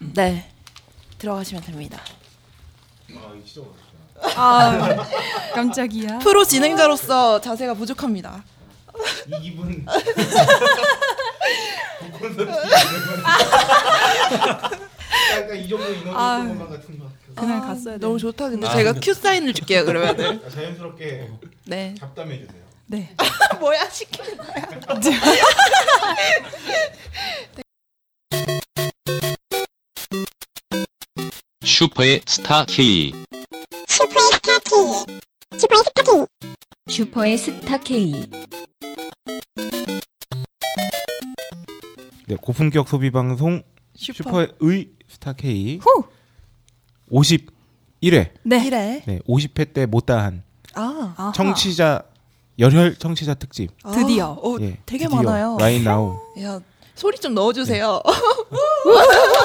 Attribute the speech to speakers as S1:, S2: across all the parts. S1: 네. 들어가시면 됩니다.
S2: 아 깜짝이야.
S1: 프로 진행자로서 자세가 부족합니다.
S3: 이 기분 약간 이 정도 인원이
S2: 아.
S3: 것만 같은 것 같아서
S2: 그날 갔어야 돼.
S1: 너무 좋다. 아, 근데 제가 큐 사인을 줄게요. 그러면은.
S3: 아, 자연스럽게
S1: 네.
S3: 잡담해 주세요.
S2: 네.
S1: 뭐야 시키는 거야.
S4: 슈퍼의 스타 K.
S5: 슈퍼의 스타 K.
S6: 네, 고품격 소비 방송
S1: 슈퍼.
S6: 슈퍼의 스타 K
S2: 후.
S6: 51회.
S2: 네.
S1: 이래.
S6: 네, 50회 때 못다한
S1: 아.
S2: 아하.
S6: 청취자 열혈 청취자 특집.
S1: 아,
S2: 드디어.
S1: 어,
S6: 예,
S1: 되게
S6: 드디어
S1: 많아요.
S6: 라인 나우.
S1: 야 소리 좀 넣어주세요.
S6: 네.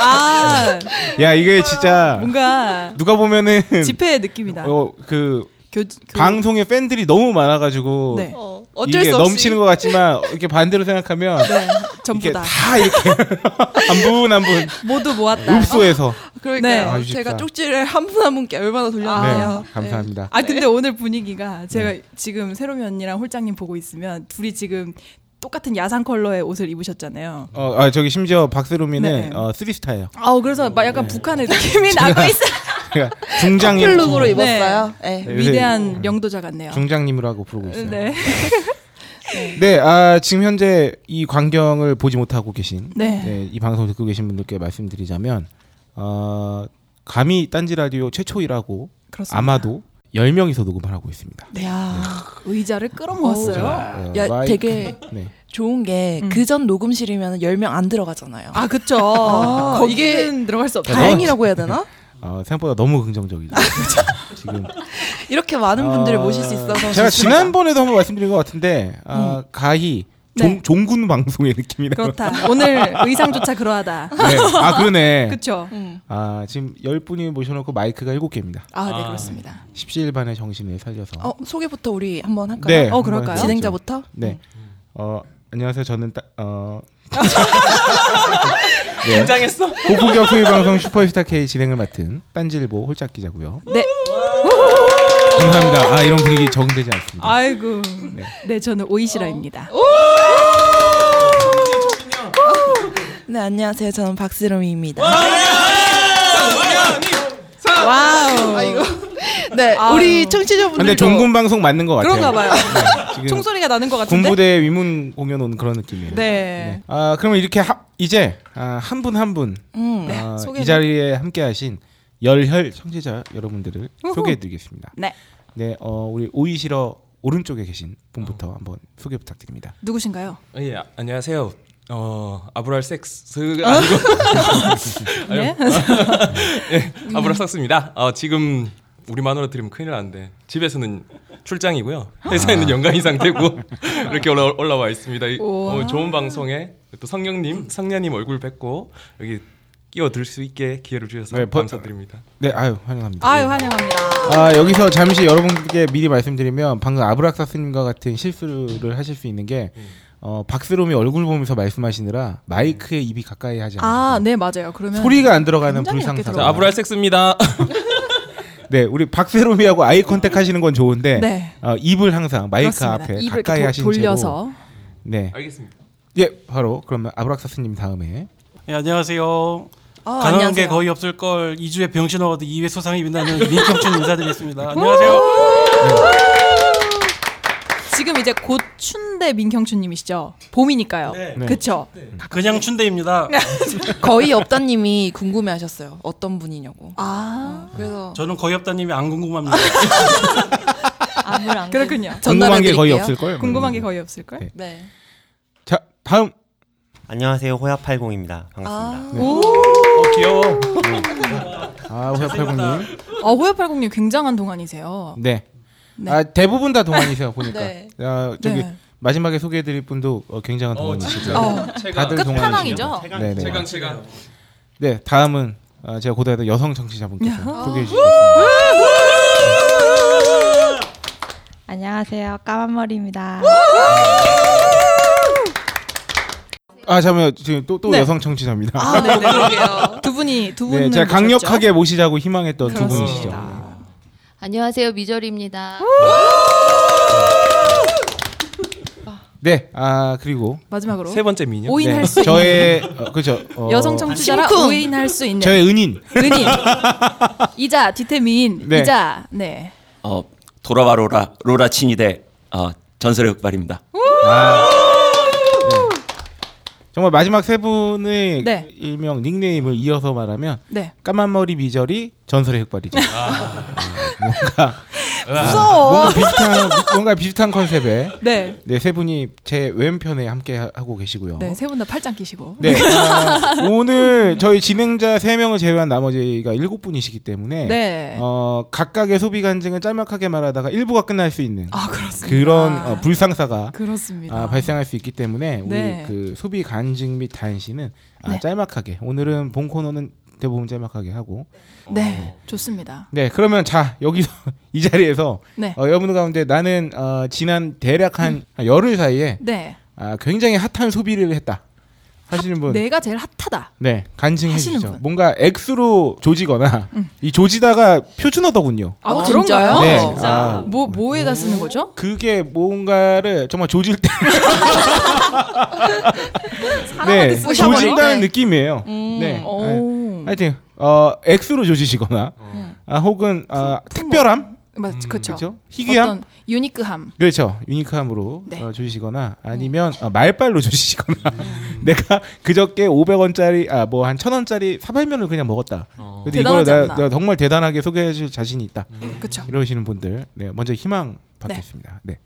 S2: 아
S6: 야, 이게 진짜
S2: 뭔가
S6: 누가 보면은
S2: 집회의 느낌이다.
S6: 어, 그
S2: 교, 교
S6: 방송에 팬들이 너무 많아 가지고
S2: 네.
S1: 어, 어쩔
S6: 이게
S1: 수 없이
S6: 넘치는 것 같지만 이렇게 반대로 생각하면
S2: 네. 전부
S6: 이게
S2: 다
S6: 다 이렇게 한분한분
S2: 모두 모았다.
S6: 읍소에서
S1: 그러니까요.
S6: 네.
S1: 제가
S6: 아쉽다.
S1: 쪽지를 한 분 한 분께 얼마나 돌렸나요?
S6: 네, 감사합니다.
S2: 아 근데 오늘 분위기가 제가 지금 새로미 언니랑 홀장님 보고 있으면 둘이 지금 똑같은 야상 컬러의 옷을 입으셨잖아요.
S6: 어, 아, 저기 심지어 박세롬이는
S2: 네.
S6: 어, 쓰리스타예요.
S2: 아우 그래서 막 약간 북한의 느낌이 나고 있어.
S6: 그러니까 중장님
S1: 풀룩으로
S2: 네.
S1: 입었어요. 네.
S6: 네, 요새
S2: 위대한 영도자 같네요.
S6: 중장님이라고 부르고 있어요. 네,
S2: 네.
S6: 아, 지금 현재 이 광경을 보지 못하고 계신
S2: 네.
S6: 네, 이 방송 듣고 계신 분들께 말씀드리자면 어, 감히 딴지 라디오 최초이라고
S2: 그렇습니다.
S6: 아마도 10명이서 녹음을 하고 있습니다.
S2: 네. 야, 의자를 끌어모았어요.
S6: 어,
S1: 야,
S6: 마이크-
S1: 되게-
S6: 네.
S1: 좋은 게
S2: 음.
S1: 그 전 녹음실이면 10명 안 들어가잖아요.
S2: 아, 그쵸. 거기는 들어갈 수 없다.
S1: 다행이라고 해야 되나?
S6: 어, 생각보다 너무 긍정적이죠. 지금
S1: 이렇게 많은 분들을
S6: 아,
S1: 모실 수 있어서
S6: 제가
S1: 좋습니다. 음.
S6: 지난번에도 한번 말씀드린 것 같은데 아, 가히 종,
S2: 네.
S6: 종군 방송의 느낌이 나요.
S2: 그렇다. 오늘 의상조차 그러하다.
S6: 네. 아 그러네.
S2: 그쵸.
S1: 음.
S6: 아 지금 열 분이 모셔놓고 마이크가 일곱 개입니다.
S2: 아, 네,
S3: 아.
S2: 그렇습니다.
S6: 십시일반의 정신을 살려서.
S1: 어, 소개부터 우리 한번 할까요?
S6: 네.
S2: 어, 그럴까요? 음.
S6: 한번 해보죠.
S1: 진행자부터?
S6: 네. 어 안녕하세요. 저는 따, 어 네.
S7: 긴장했어?
S6: 고품격 소비 방송 슈퍼스타 K 진행을 맡은 딴질보 홀짝 기자고요.
S2: 네.
S6: 감사합니다. 아 이런 분위기 적응되지 않습니다.
S2: 아이고. 네, 저는 오이시라입니다.
S1: 네, 안녕하세요. 저는 박스롬이입니다. 와우. 네,
S2: 아.
S1: 우리 청취자분들도
S6: 근데 종군 방송 맞는 것 같아요. 네,
S2: 그런가 봐요.
S6: 지금
S2: 총소리가 나는 것 같은데.
S6: 군부대 위문 공연 온 그런 느낌이에요.
S2: 네.
S6: 아 그러면 이렇게 하, 이제 아, 한 분 한 분
S1: 음.
S6: 아,
S2: 네. 소개를-
S6: 이 자리에 함께하신 열혈 청취자 여러분들을
S2: 우후.
S6: 소개해드리겠습니다.
S2: 네.
S6: 네, 어, 우리 오이시러 오른쪽에 계신 분부터 한번 소개 부탁드립니다.
S2: 누구신가요?
S7: 예, 아, 안녕하세요. 어, 아브랄 섹스가 아니고
S2: 네.
S7: 예, 아브랄 섹스입니다. 어, 지금 우리만으로 들으면 큰일 나는데 집에서는 출장이고요.
S4: 아.
S7: 회사에는 연간이 상태고 이렇게 올라, 올라와 있습니다. 이,
S2: 우와.
S7: 어, 좋은 방송에 또 성령님, 성녀님 얼굴 뵙고 여기 끼어들 수 있게 기회를 주셔서
S6: 네, 번-
S7: 감사드립니다.
S6: 네, 아유 환영합니다.
S2: 아유, 환영합니다.
S6: 아, 여기서 잠시 여러분께 미리 말씀드리면 방금 아브락사스님과 같은 실수를 하실 수 있는 게 어, 박스롬이 얼굴 보면서 말씀하시느라 마이크에 입이 가까이 하지 않아요.
S2: 아, 네, 맞아요. 그러면.
S6: 소리가 안 들어가는
S2: 굉장히
S6: 불상사가.
S2: 어.
S7: 자, 아브랄 섹스입니다. 어,
S6: 네, 우리 박세롬이하고 아이 컨택 하시는 건 좋은데
S2: 네.
S6: 어, 입을 항상 마이크
S2: 그렇습니다.
S6: 앞에
S2: 입을
S6: 가까이
S2: 이렇게
S6: 하신
S2: 도, 돌려서.
S6: 채로. 네,
S7: 알겠습니다.
S6: 예, 바로 그러면 아브락사스님 다음에
S8: 예, 안녕하세요.
S1: 아,
S8: 가능한 게
S1: 안녕하세요.
S8: 거의 없을 걸 2주에 병신 어워드 2회 소상이 빛나는 민경준 인사드리겠습니다. 안녕하세요.
S2: 지금 이제 곧 춘대 민경춘님이시죠? 봄이니까요.
S8: 네.
S6: 네.
S2: 그쵸?
S8: 그냥 춘대입니다.
S1: 거의 없다님이 궁금해하셨어요. 어떤 분이냐고.
S2: 아,
S1: 그래서
S8: 저는 거의 없다님이 안 궁금합니다.
S5: 아무랑
S2: 그렇군요.
S6: 궁금한 게
S1: 전달해드릴게요.
S6: 거의 없을 거예요.
S2: 궁금한 게 거의 없을걸?
S6: 음. 네.
S1: 네.
S6: 자, 다음
S9: 안녕하세요 호야80입니다 반갑습니다
S1: 아,
S6: 네.
S7: 어, 귀여워.
S6: 아, 네. 회팔공님.
S2: 어, 호야팔공님 굉장한 동안이세요.
S6: 네.
S2: 네.
S6: 아, 대부분 다 동안이세요 보니까.
S1: 네.
S6: 아, 저기
S2: 네.
S6: 마지막에 소개해드릴 분도 어, 굉장한 동안이시죠.
S2: 어.
S7: 제가
S6: 다들 동안이시죠.
S2: 끝판왕이죠?
S6: 네, 네.
S7: 제가 제가
S6: 네, 다음은 어, 제가 고대하던 여성
S5: 어?
S2: 어.
S6: 청취자분께서 소개해 주시죠.
S5: 안녕하세요. 까만 머리입니다.
S6: 아 잠깐만 지금 또 또
S2: 네.
S6: 여성 청취자입니다.
S2: 아, 네, 네. 그러게요. 두 분이 두 분은
S6: 네, 제가
S2: 모셨죠?
S6: 강력하게 모시자고 희망했던 두
S2: 그렇습니다.
S6: 분이시죠.
S5: 안녕하세요 미절입니다.
S6: 네, 아 그리고
S2: 마지막으로
S7: 세 번째 미녀.
S2: 오인
S6: 네,
S2: 할 수 있는
S6: 저의 어, 그죠 어,
S2: 여성 청취자라
S1: 심쿵.
S2: 오인 할 수 있는
S6: 저의 은인
S2: 은인 이자 디테미인
S6: 네.
S2: 이자 네
S10: 어, 돌아와 로라 로라 친이대 어, 전설의 흑발입니다.
S6: 아, 네. 정말 마지막 세 분의
S2: 네.
S6: 일명 닉네임을 이어서 말하면
S2: 네.
S6: 까만 머리 미저리 전설의 흑발이죠.
S7: 아.
S6: 아, 뭔가
S2: 무서워.
S6: 뭔가 비슷한 뭔가 비슷한 컨셉에
S2: 네.
S6: 네, 세 분이 제 왼편에 함께 하- 하고 계시고요.
S2: 네, 세 분 다 팔짱 끼시고.
S6: 어? 네, 아, 오늘 저희 진행자 세명을 제외한 나머지가 일곱 분이시기 때문에
S2: 네.
S6: 어, 각각의 소비 간증을 짤막하게 말하다가 일부가 끝날 수 있는
S2: 아, 그렇습니다.
S6: 그런 어, 불상사가
S2: 그렇습니다.
S6: 아, 발생할 수 있기 때문에 우리
S2: 네.
S6: 그 소비 간증 및 단신은 아,
S2: 네.
S6: 짤막하게 오늘은 본 코너는 대부분 짤막하게 하고
S2: 네. 좋습니다.
S6: 네 그러면 자 여기서 이 자리에서
S2: 네.
S6: 어, 여러분 가운데 나는 어, 지난 대략 한 열흘 사이에
S2: 음. 네.
S6: 아, 굉장히 핫한 소비를 했다 하시는 분
S2: 내가 제일 핫하다.
S6: 네, 간증해
S2: 하시는
S6: 주죠.
S2: 분.
S6: 뭔가 X로 조지거나 이 조지다가 표준어더군요.
S2: 아,
S1: 아,
S2: 그런가요?
S1: 진짜요?
S6: 네.
S2: 진짜.
S6: 아.
S2: 뭐 뭐에다 쓰는 거죠?
S6: 그게 뭔가를 정말 조질 때
S2: 사람한테
S6: 네,
S2: 쓰는 거예요?
S6: 조진다는
S1: 네.
S6: 느낌이에요. 네.
S2: 음. 오.
S6: 네. 하여튼 어, X로 조지시거나
S2: 음.
S6: 아, 혹은 아, 특별함?
S2: 맞, 뭐. 그렇죠.
S6: 그렇죠? 희귀함?
S2: 어떤 유니크함.
S6: 그렇죠. 유니크함으로
S2: 네.
S6: 어, 조지시거나 아니면 어, 말빨로 조지시거나
S2: 음.
S6: 내가 그저께 500원짜리 아 뭐 한 1000원짜리 사발면을 그냥 먹었다.
S9: 어.
S6: 근데 이걸
S2: 대단하지
S6: 내가,
S2: 않나?
S6: 내가 정말 대단하게 소개해 줄 자신이 있다.
S2: 그렇죠.
S6: 이러시는 분들 네, 먼저 희망 받겠습니다. 네.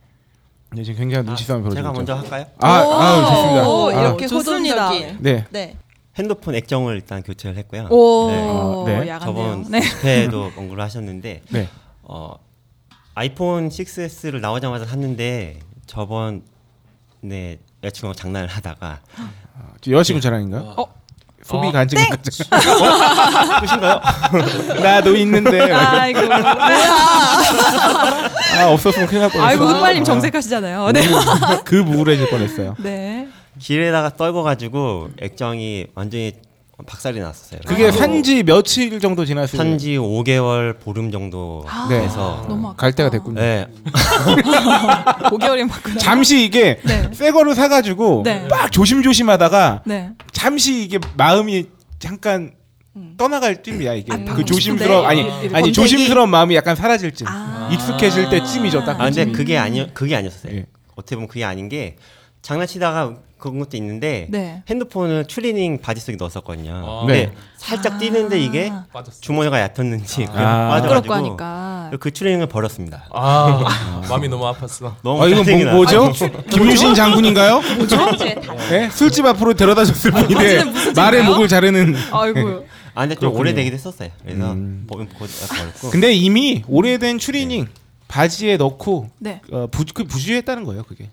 S6: 네, 지금 굉장히 눈치 싸움이 벌어지고
S9: 아, 제가
S6: 있죠.
S9: 먼저 할까요?
S6: 아, 아, 좋습니다.
S1: 오,
S6: 아,
S1: 이렇게
S2: 좋습니다.
S1: 호전적인.
S6: 네.
S1: 네.
S9: 핸드폰 액정을 일단 교체를 했고요.
S2: 오.
S9: 네.
S6: 네.
S2: 야간네요.
S9: 저번
S2: 네.
S9: 집회에도 언급을 하셨는데
S6: 네.
S9: 어, 아이폰 6S를 나오자마자 샀는데 저번 네 여자친구랑 장난을 하다가
S6: 아,
S9: 네.
S6: 저 여자친구 자랑인가요?
S2: 어.
S6: 소비 간증 같은
S9: 어?
S6: 끝인가요? 나도 있는데 아,
S2: 아이고. 뭐야.
S6: 없었으면 큰일 날 뻔했어.
S2: 아이고 흑발님 정색하시잖아요. 네.
S6: 그 무우해질 뻔했어요.
S2: 네.
S9: 길에다가 떨궈가지고 액정이 완전히 박살이 났었어요.
S2: 아.
S6: 그게 산지 며칠 정도 지났을
S9: 산지 5개월 보름 정도
S6: 네.
S9: 돼서
S2: 너무 아, 아까
S6: 갈 때가 됐군요.
S9: 네,
S2: 5개월이 맞구나.
S6: 잠시 이게
S2: 네.
S6: 새 거를 사가지고
S2: 네.
S6: 막 조심조심하다가
S2: 네.
S6: 잠시 이게 마음이 잠깐
S2: 음.
S6: 떠나갈 쯤이야
S2: 아,
S6: 이게 그 조심스러운 아니
S2: 네.
S6: 아니
S2: 범죄기.
S6: 조심스러운 마음이 약간 사라질 쯤
S2: 아. 음.
S6: 익숙해질 때쯤이죠 딱
S9: 아 근데
S6: 그쯤.
S9: 그게 아니 그게 아니었어요.
S6: 예.
S9: 어떻게 보면 그게 아닌 게 장난치다가 그런 것도 있는데
S2: 네.
S9: 핸드폰을 추리닝 바지 속에 넣었었거든요.
S7: 아.
S9: 근데
S6: 네.
S9: 살짝 뛰는데 이게
S7: 빠졌어.
S9: 주머니가 얕았는지 그냥
S6: 아.
S2: 아. 부끄럽고
S9: 빠져가지고
S2: 하니까.
S9: 그 추리닝을 버렸습니다.
S7: 아, 마음이 너무 아팠어.
S9: 너무
S6: 아 이건
S9: 짜증이
S6: 뭐,
S9: 나요.
S6: 뭐죠? 김유신 장군인가요? 뭐죠? 네? 술집 앞으로 데려다줬을
S2: 아,
S6: 뿐인데 말에 목을 자르는.
S2: 아이고.
S9: 아 근데 좀
S6: 그렇군요. 음.
S9: 오래되기도 했었어요. 그래서 버- 버렸고
S6: 어. 근데 이미 오래된 추리닝
S9: 네.
S6: 바지에 넣고
S2: 네.
S6: 어, 부, 그 부주의했다는 거예요. 그게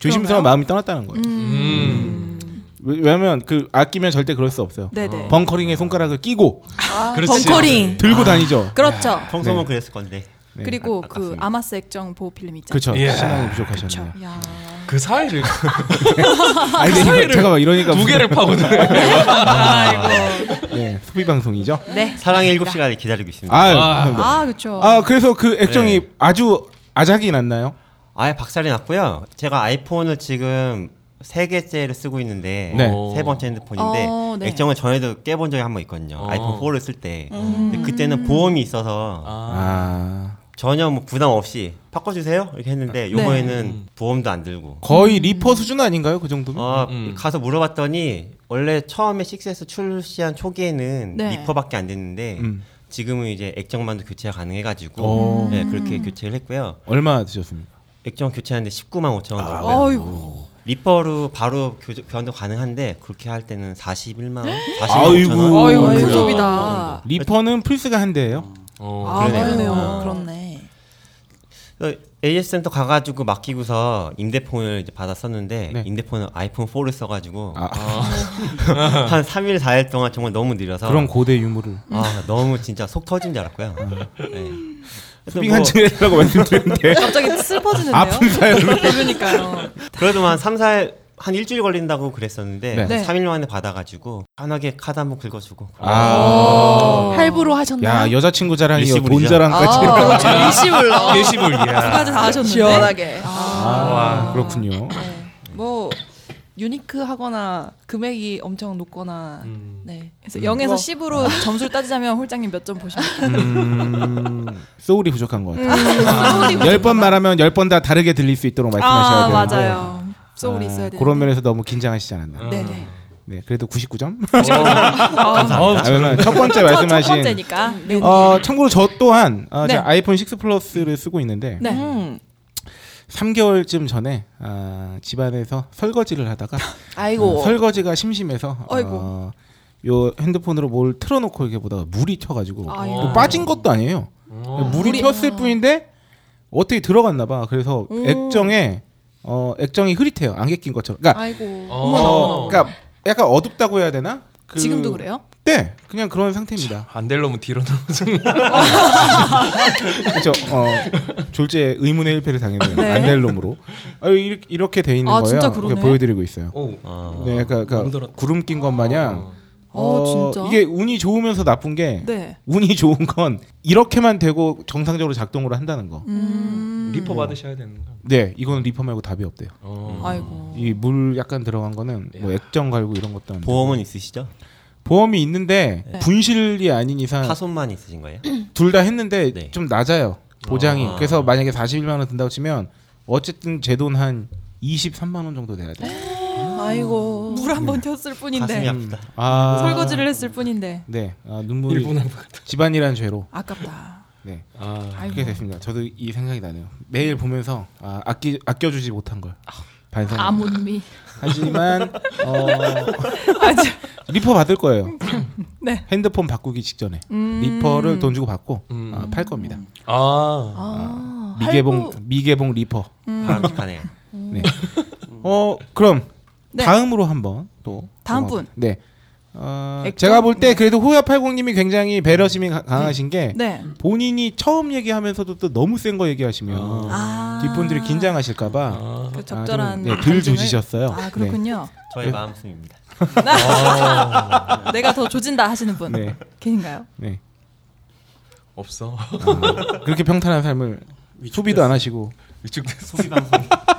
S6: 조심스러운 마음이 떠났다는 거예요.
S7: 음,
S6: 왜- 왜냐면 그 아끼면 절대 그럴 수 없어요.
S2: 네, 네.
S6: 벙커링에 손가락을 끼고
S7: 그렇지.
S1: 벙커링.
S6: 들고
S7: 아.
S6: 다니죠.
S2: 아, 그렇죠.
S9: 네. 평소면
S6: 네.
S9: 그랬을 건데
S6: 네.
S2: 그리고 그
S9: 아깝습니다.
S2: 아마스 액정 보호 필름 있잖아요.
S6: 그렇죠.
S7: 예.
S6: 신앙이 부족하셨네요.
S2: 야.
S7: 그 사이를
S6: 아니 근데 이거- 잠깐만 이러니까
S7: 두 개를 파고드네.
S2: 아,
S6: 무슨- 네, 소비 방송이죠.
S2: 네.
S9: 사랑의 일곱 시간을 기다리고 있습니다. 네.
S6: 아, 감사합니다.
S2: 아, 그렇죠.
S6: 아 그래서 그 액정이 아주 아작이 났나요?
S9: 아예 박살이 났고요. 제가 아이폰을 지금 세 개째를 쓰고 있는데
S6: 네.
S9: 세 번째 핸드폰인데
S2: 어, 네.
S9: 액정을 전에도 깨본 적이 한 번 있거든요.
S7: 어.
S9: 아이폰 4를 쓸 때.
S2: 음.
S9: 근데 그때는 보험이 있어서
S7: 아,
S6: 아
S9: 전혀 뭐 부담 없이 바꿔주세요 이렇게 했는데 요번에는 보험도 안 들고.
S6: 네. 음. 거의 리퍼 수준 아닌가요? 그 정도면?
S9: 어,
S7: 음.
S9: 가서 물어봤더니 원래 처음에 6S 출시한 초기에는
S2: 네.
S9: 리퍼밖에 안 됐는데
S6: 음. 어.
S9: 지금은 이제 액정만도 교체가
S6: 오.
S9: 가능해가지고 네, 그렇게 교체를 했고요.
S6: 얼마 드셨습니까?
S9: 액정 교체하는데 19만 5천 원 들고요.
S2: 아이고.
S9: 리퍼로 바로 교, 변도 가능한데 그렇게 할 때는 41만 45만
S6: 아이고.
S9: 원.
S2: 아이고,
S6: 아이고.
S2: 큰 소비다.
S6: 리퍼는 플스가 한 대예요.
S7: 어.
S2: 아,
S9: 그러네요.
S2: 그러네요.
S9: 아.
S1: 그렇네.
S9: 그래서 AS 어, 센터 가가지고 맡기고서 임대폰을 이제 받았었는데
S6: 네.
S9: 임대폰은 아이폰 4를 써가지고 어,
S6: 아,
S9: 한 3일 4일 동안 정말 너무 느려서
S6: 그런 고대 유물을 음.
S9: 아 너무 진짜 속 터진 줄 알았고요. 네. 뭐
S6: 소비 간증이라고 말씀드렸는데
S2: 갑자기 슬퍼지는데요.
S6: 아픈 사연을
S2: 그러니까요.
S9: 그래도 뭐 한 3, 4일 한 일주일 걸린다고 그랬었는데
S6: 네.
S9: 3일 만에 받아가지고 편하게 카드 한번 긁어주고
S6: 아.
S1: 할부로 하셨나요?
S6: 야 여자친구 자랑이요
S9: 일시불이죠.
S6: 돈 자랑까지.
S1: 아, 일시불로
S7: 예시불 이야.
S2: 까지 다 하셨는데
S1: 시원하게.
S6: 아, 그렇군요.
S1: 뭐 유니크하거나 금액이 엄청 높거나 네.
S2: 그래서 0에서
S1: 뭐.
S2: 10으로 점수를 따지자면 홀장님 몇 점
S1: 네.
S2: 보십니까?
S6: 음. 소울이 부족한 것 같아요.
S1: 음.
S6: 열 번 말하면 열 번 다 다르게 들릴 수 있도록 말씀하셔야
S2: 아
S6: 돼요.
S2: 맞아요. 소울이 있어야 돼.
S6: 네. 그런 면에서 너무 긴장하시지 않았나.
S1: 네네.
S6: 네, 그래도 99점.
S7: 어,
S6: 아, 왜냐면 첫 번째
S2: 첫, 첫
S6: 말씀하신
S2: 번째니까.
S6: 어, 참고로 저 또한 아,
S2: 네.
S6: 제가 아이폰 6 플러스를 쓰고 있는데
S2: 네.
S1: 음.
S6: 3개월쯤 전에 아, 집안에서 설거지를 하다가
S1: 아이고.
S6: 어, 설거지가 심심해서
S1: 아이고.
S6: 어, 요 핸드폰으로 뭘 틀어놓고 이렇게 보다가 물이 튀어가지고
S1: 아이고.
S6: 또 빠진 것도 아니에요. 물이 튀었을 뿐인데 어떻게 들어갔나 봐. 그래서
S2: 음.
S6: 액정에 어, 액정이 흐릿해요. 안개 낀 것처럼. 그러니까
S1: 아이고.
S6: 어, 그러니까 약간 어둡다고 해야 되나? 그-
S2: 지금도 그래요?
S6: 네, 그냥 그런 상태입니다.
S7: 안될 놈은 뒤로 넘어서.
S6: 그렇죠. 어, 졸제 의문의 일패를 당했네요.
S2: 네.
S6: 안될 놈으로. 아, 이렇게, 이렇게 돼 있는
S2: 아,
S6: 거예요.
S2: 진짜
S6: 그러니까
S2: 그러네.
S6: 보여드리고 있어요.
S7: 오. 아.
S6: 네, 그러니까, 그러니까
S7: 만들었다. 아.
S6: 구름 낀 것 마냥.
S2: 어, 진짜?
S6: 이게 운이 좋으면서 나쁜 게
S2: 네.
S6: 운이 좋은 건 이렇게만 되고 정상적으로 작동을 한다는 거.
S2: 음.
S7: 리퍼 받으셔야 되는 거.
S6: 네, 이건 리퍼 말고 답이 없대요.
S9: 어.
S2: 음. 아이고.
S6: 이 물 약간 들어간 거는 뭐 액정 갈고 이런 것도 안 돼.
S9: 보험은 있으시죠?
S6: 보험이 있는데
S2: 네.
S6: 분실이 아닌 이상
S9: 파손만 있으신 거예요?
S6: 둘 다 했는데
S9: 네.
S6: 좀 낮아요 보장이
S9: 아.
S6: 그래서 만약에 41만 원 든다고 치면 어쨌든 제 돈 한 23만 원 정도 돼야 돼.
S1: 아이고.
S2: 물 한 번 튀었을
S9: 가슴이
S2: 뿐인데.
S9: 아프다.
S6: 아.
S2: 설거지를 했을 뿐인데.
S6: 네. 아, 눈물이
S7: 일본 한것 같아.
S6: 집안이라는 죄로
S2: 아깝다.
S6: 네.
S7: 아.
S2: 아이고.
S6: 그렇게 됐습니다. 저도 이 생각이 나네요. 매일 보면서 아, 아끼 아껴주지 못한 걸 반성.
S5: 아몬미.
S6: 네. 하지만 어,
S2: 아, 저-
S6: 리퍼 받을 거예요.
S2: 네.
S6: 핸드폰 바꾸기 직전에
S2: 음.
S6: 리퍼를 돈 주고 받고
S7: 음.
S6: 아, 팔 겁니다.
S7: 아.
S1: 아,
S6: 미개봉
S1: 할부-
S6: 미개봉 리퍼.
S2: 음.
S9: 바람직하네요.
S6: 어 그럼
S2: 네.
S6: 다음으로 한번 또
S2: 다음
S6: 넘어가-
S2: 분.
S6: 네. 어,
S2: 액정?
S6: 제가 볼 때 그래도 호야팔공님이 굉장히 배려심이 가- 강하신 게
S2: 네.
S6: 본인이 처음 얘기하면서도 또 너무 센 거 얘기하시면
S2: 아.
S6: 뒷분들이 긴장하실까봐
S7: 아.
S2: 그 적절한
S6: 네,
S2: 반증을-
S6: 덜 조지셨어요. 네.
S2: 아 그렇군요.
S9: 저의 마음씀입니다. 어.
S2: 내가 더 조진다 하시는 분
S6: 네.
S2: 계신가요?
S6: 네.
S7: 없어.
S6: 네. 그렇게 평탄한 삶을 소비도 안 하시고
S7: 위축됐어.
S8: 소비 방송.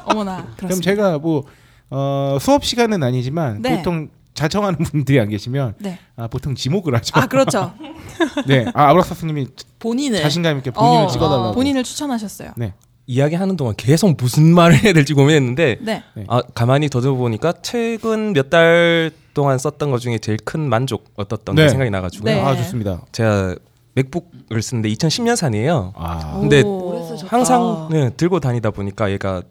S2: 어머나
S6: 그럼
S2: 그렇습니다.
S6: 제가 뭐 어, 수업 시간은 아니지만
S2: 네.
S6: 보통 자청하는 분들이 안 계시면
S2: 네.
S6: 아, 보통 지목을 하죠.
S2: 아 그렇죠.
S6: 네, 아, 아브라사스님이
S1: 본인의
S6: 자신감 있게 본인을
S2: 어,
S6: 찍어달라고.
S2: 본인을 추천하셨어요.
S6: 네,
S7: 이야기하는 동안 계속 무슨 말을 해야 될지 고민했는데
S2: 네.
S6: 네.
S7: 아 가만히 더듬어 보니까 최근 몇 달 동안 썼던 것 중에 제일 큰 만족 어떻던
S6: 네.
S7: 게 생각이 나가지고
S2: 네.
S7: 요
S6: 아 좋습니다.
S7: 제가 맥북을 쓰는데 2010년산이에요.
S6: 아,
S7: 근데
S1: 오래 쓰셨다.
S7: 항상 네, 들고 다니다 보니까 얘가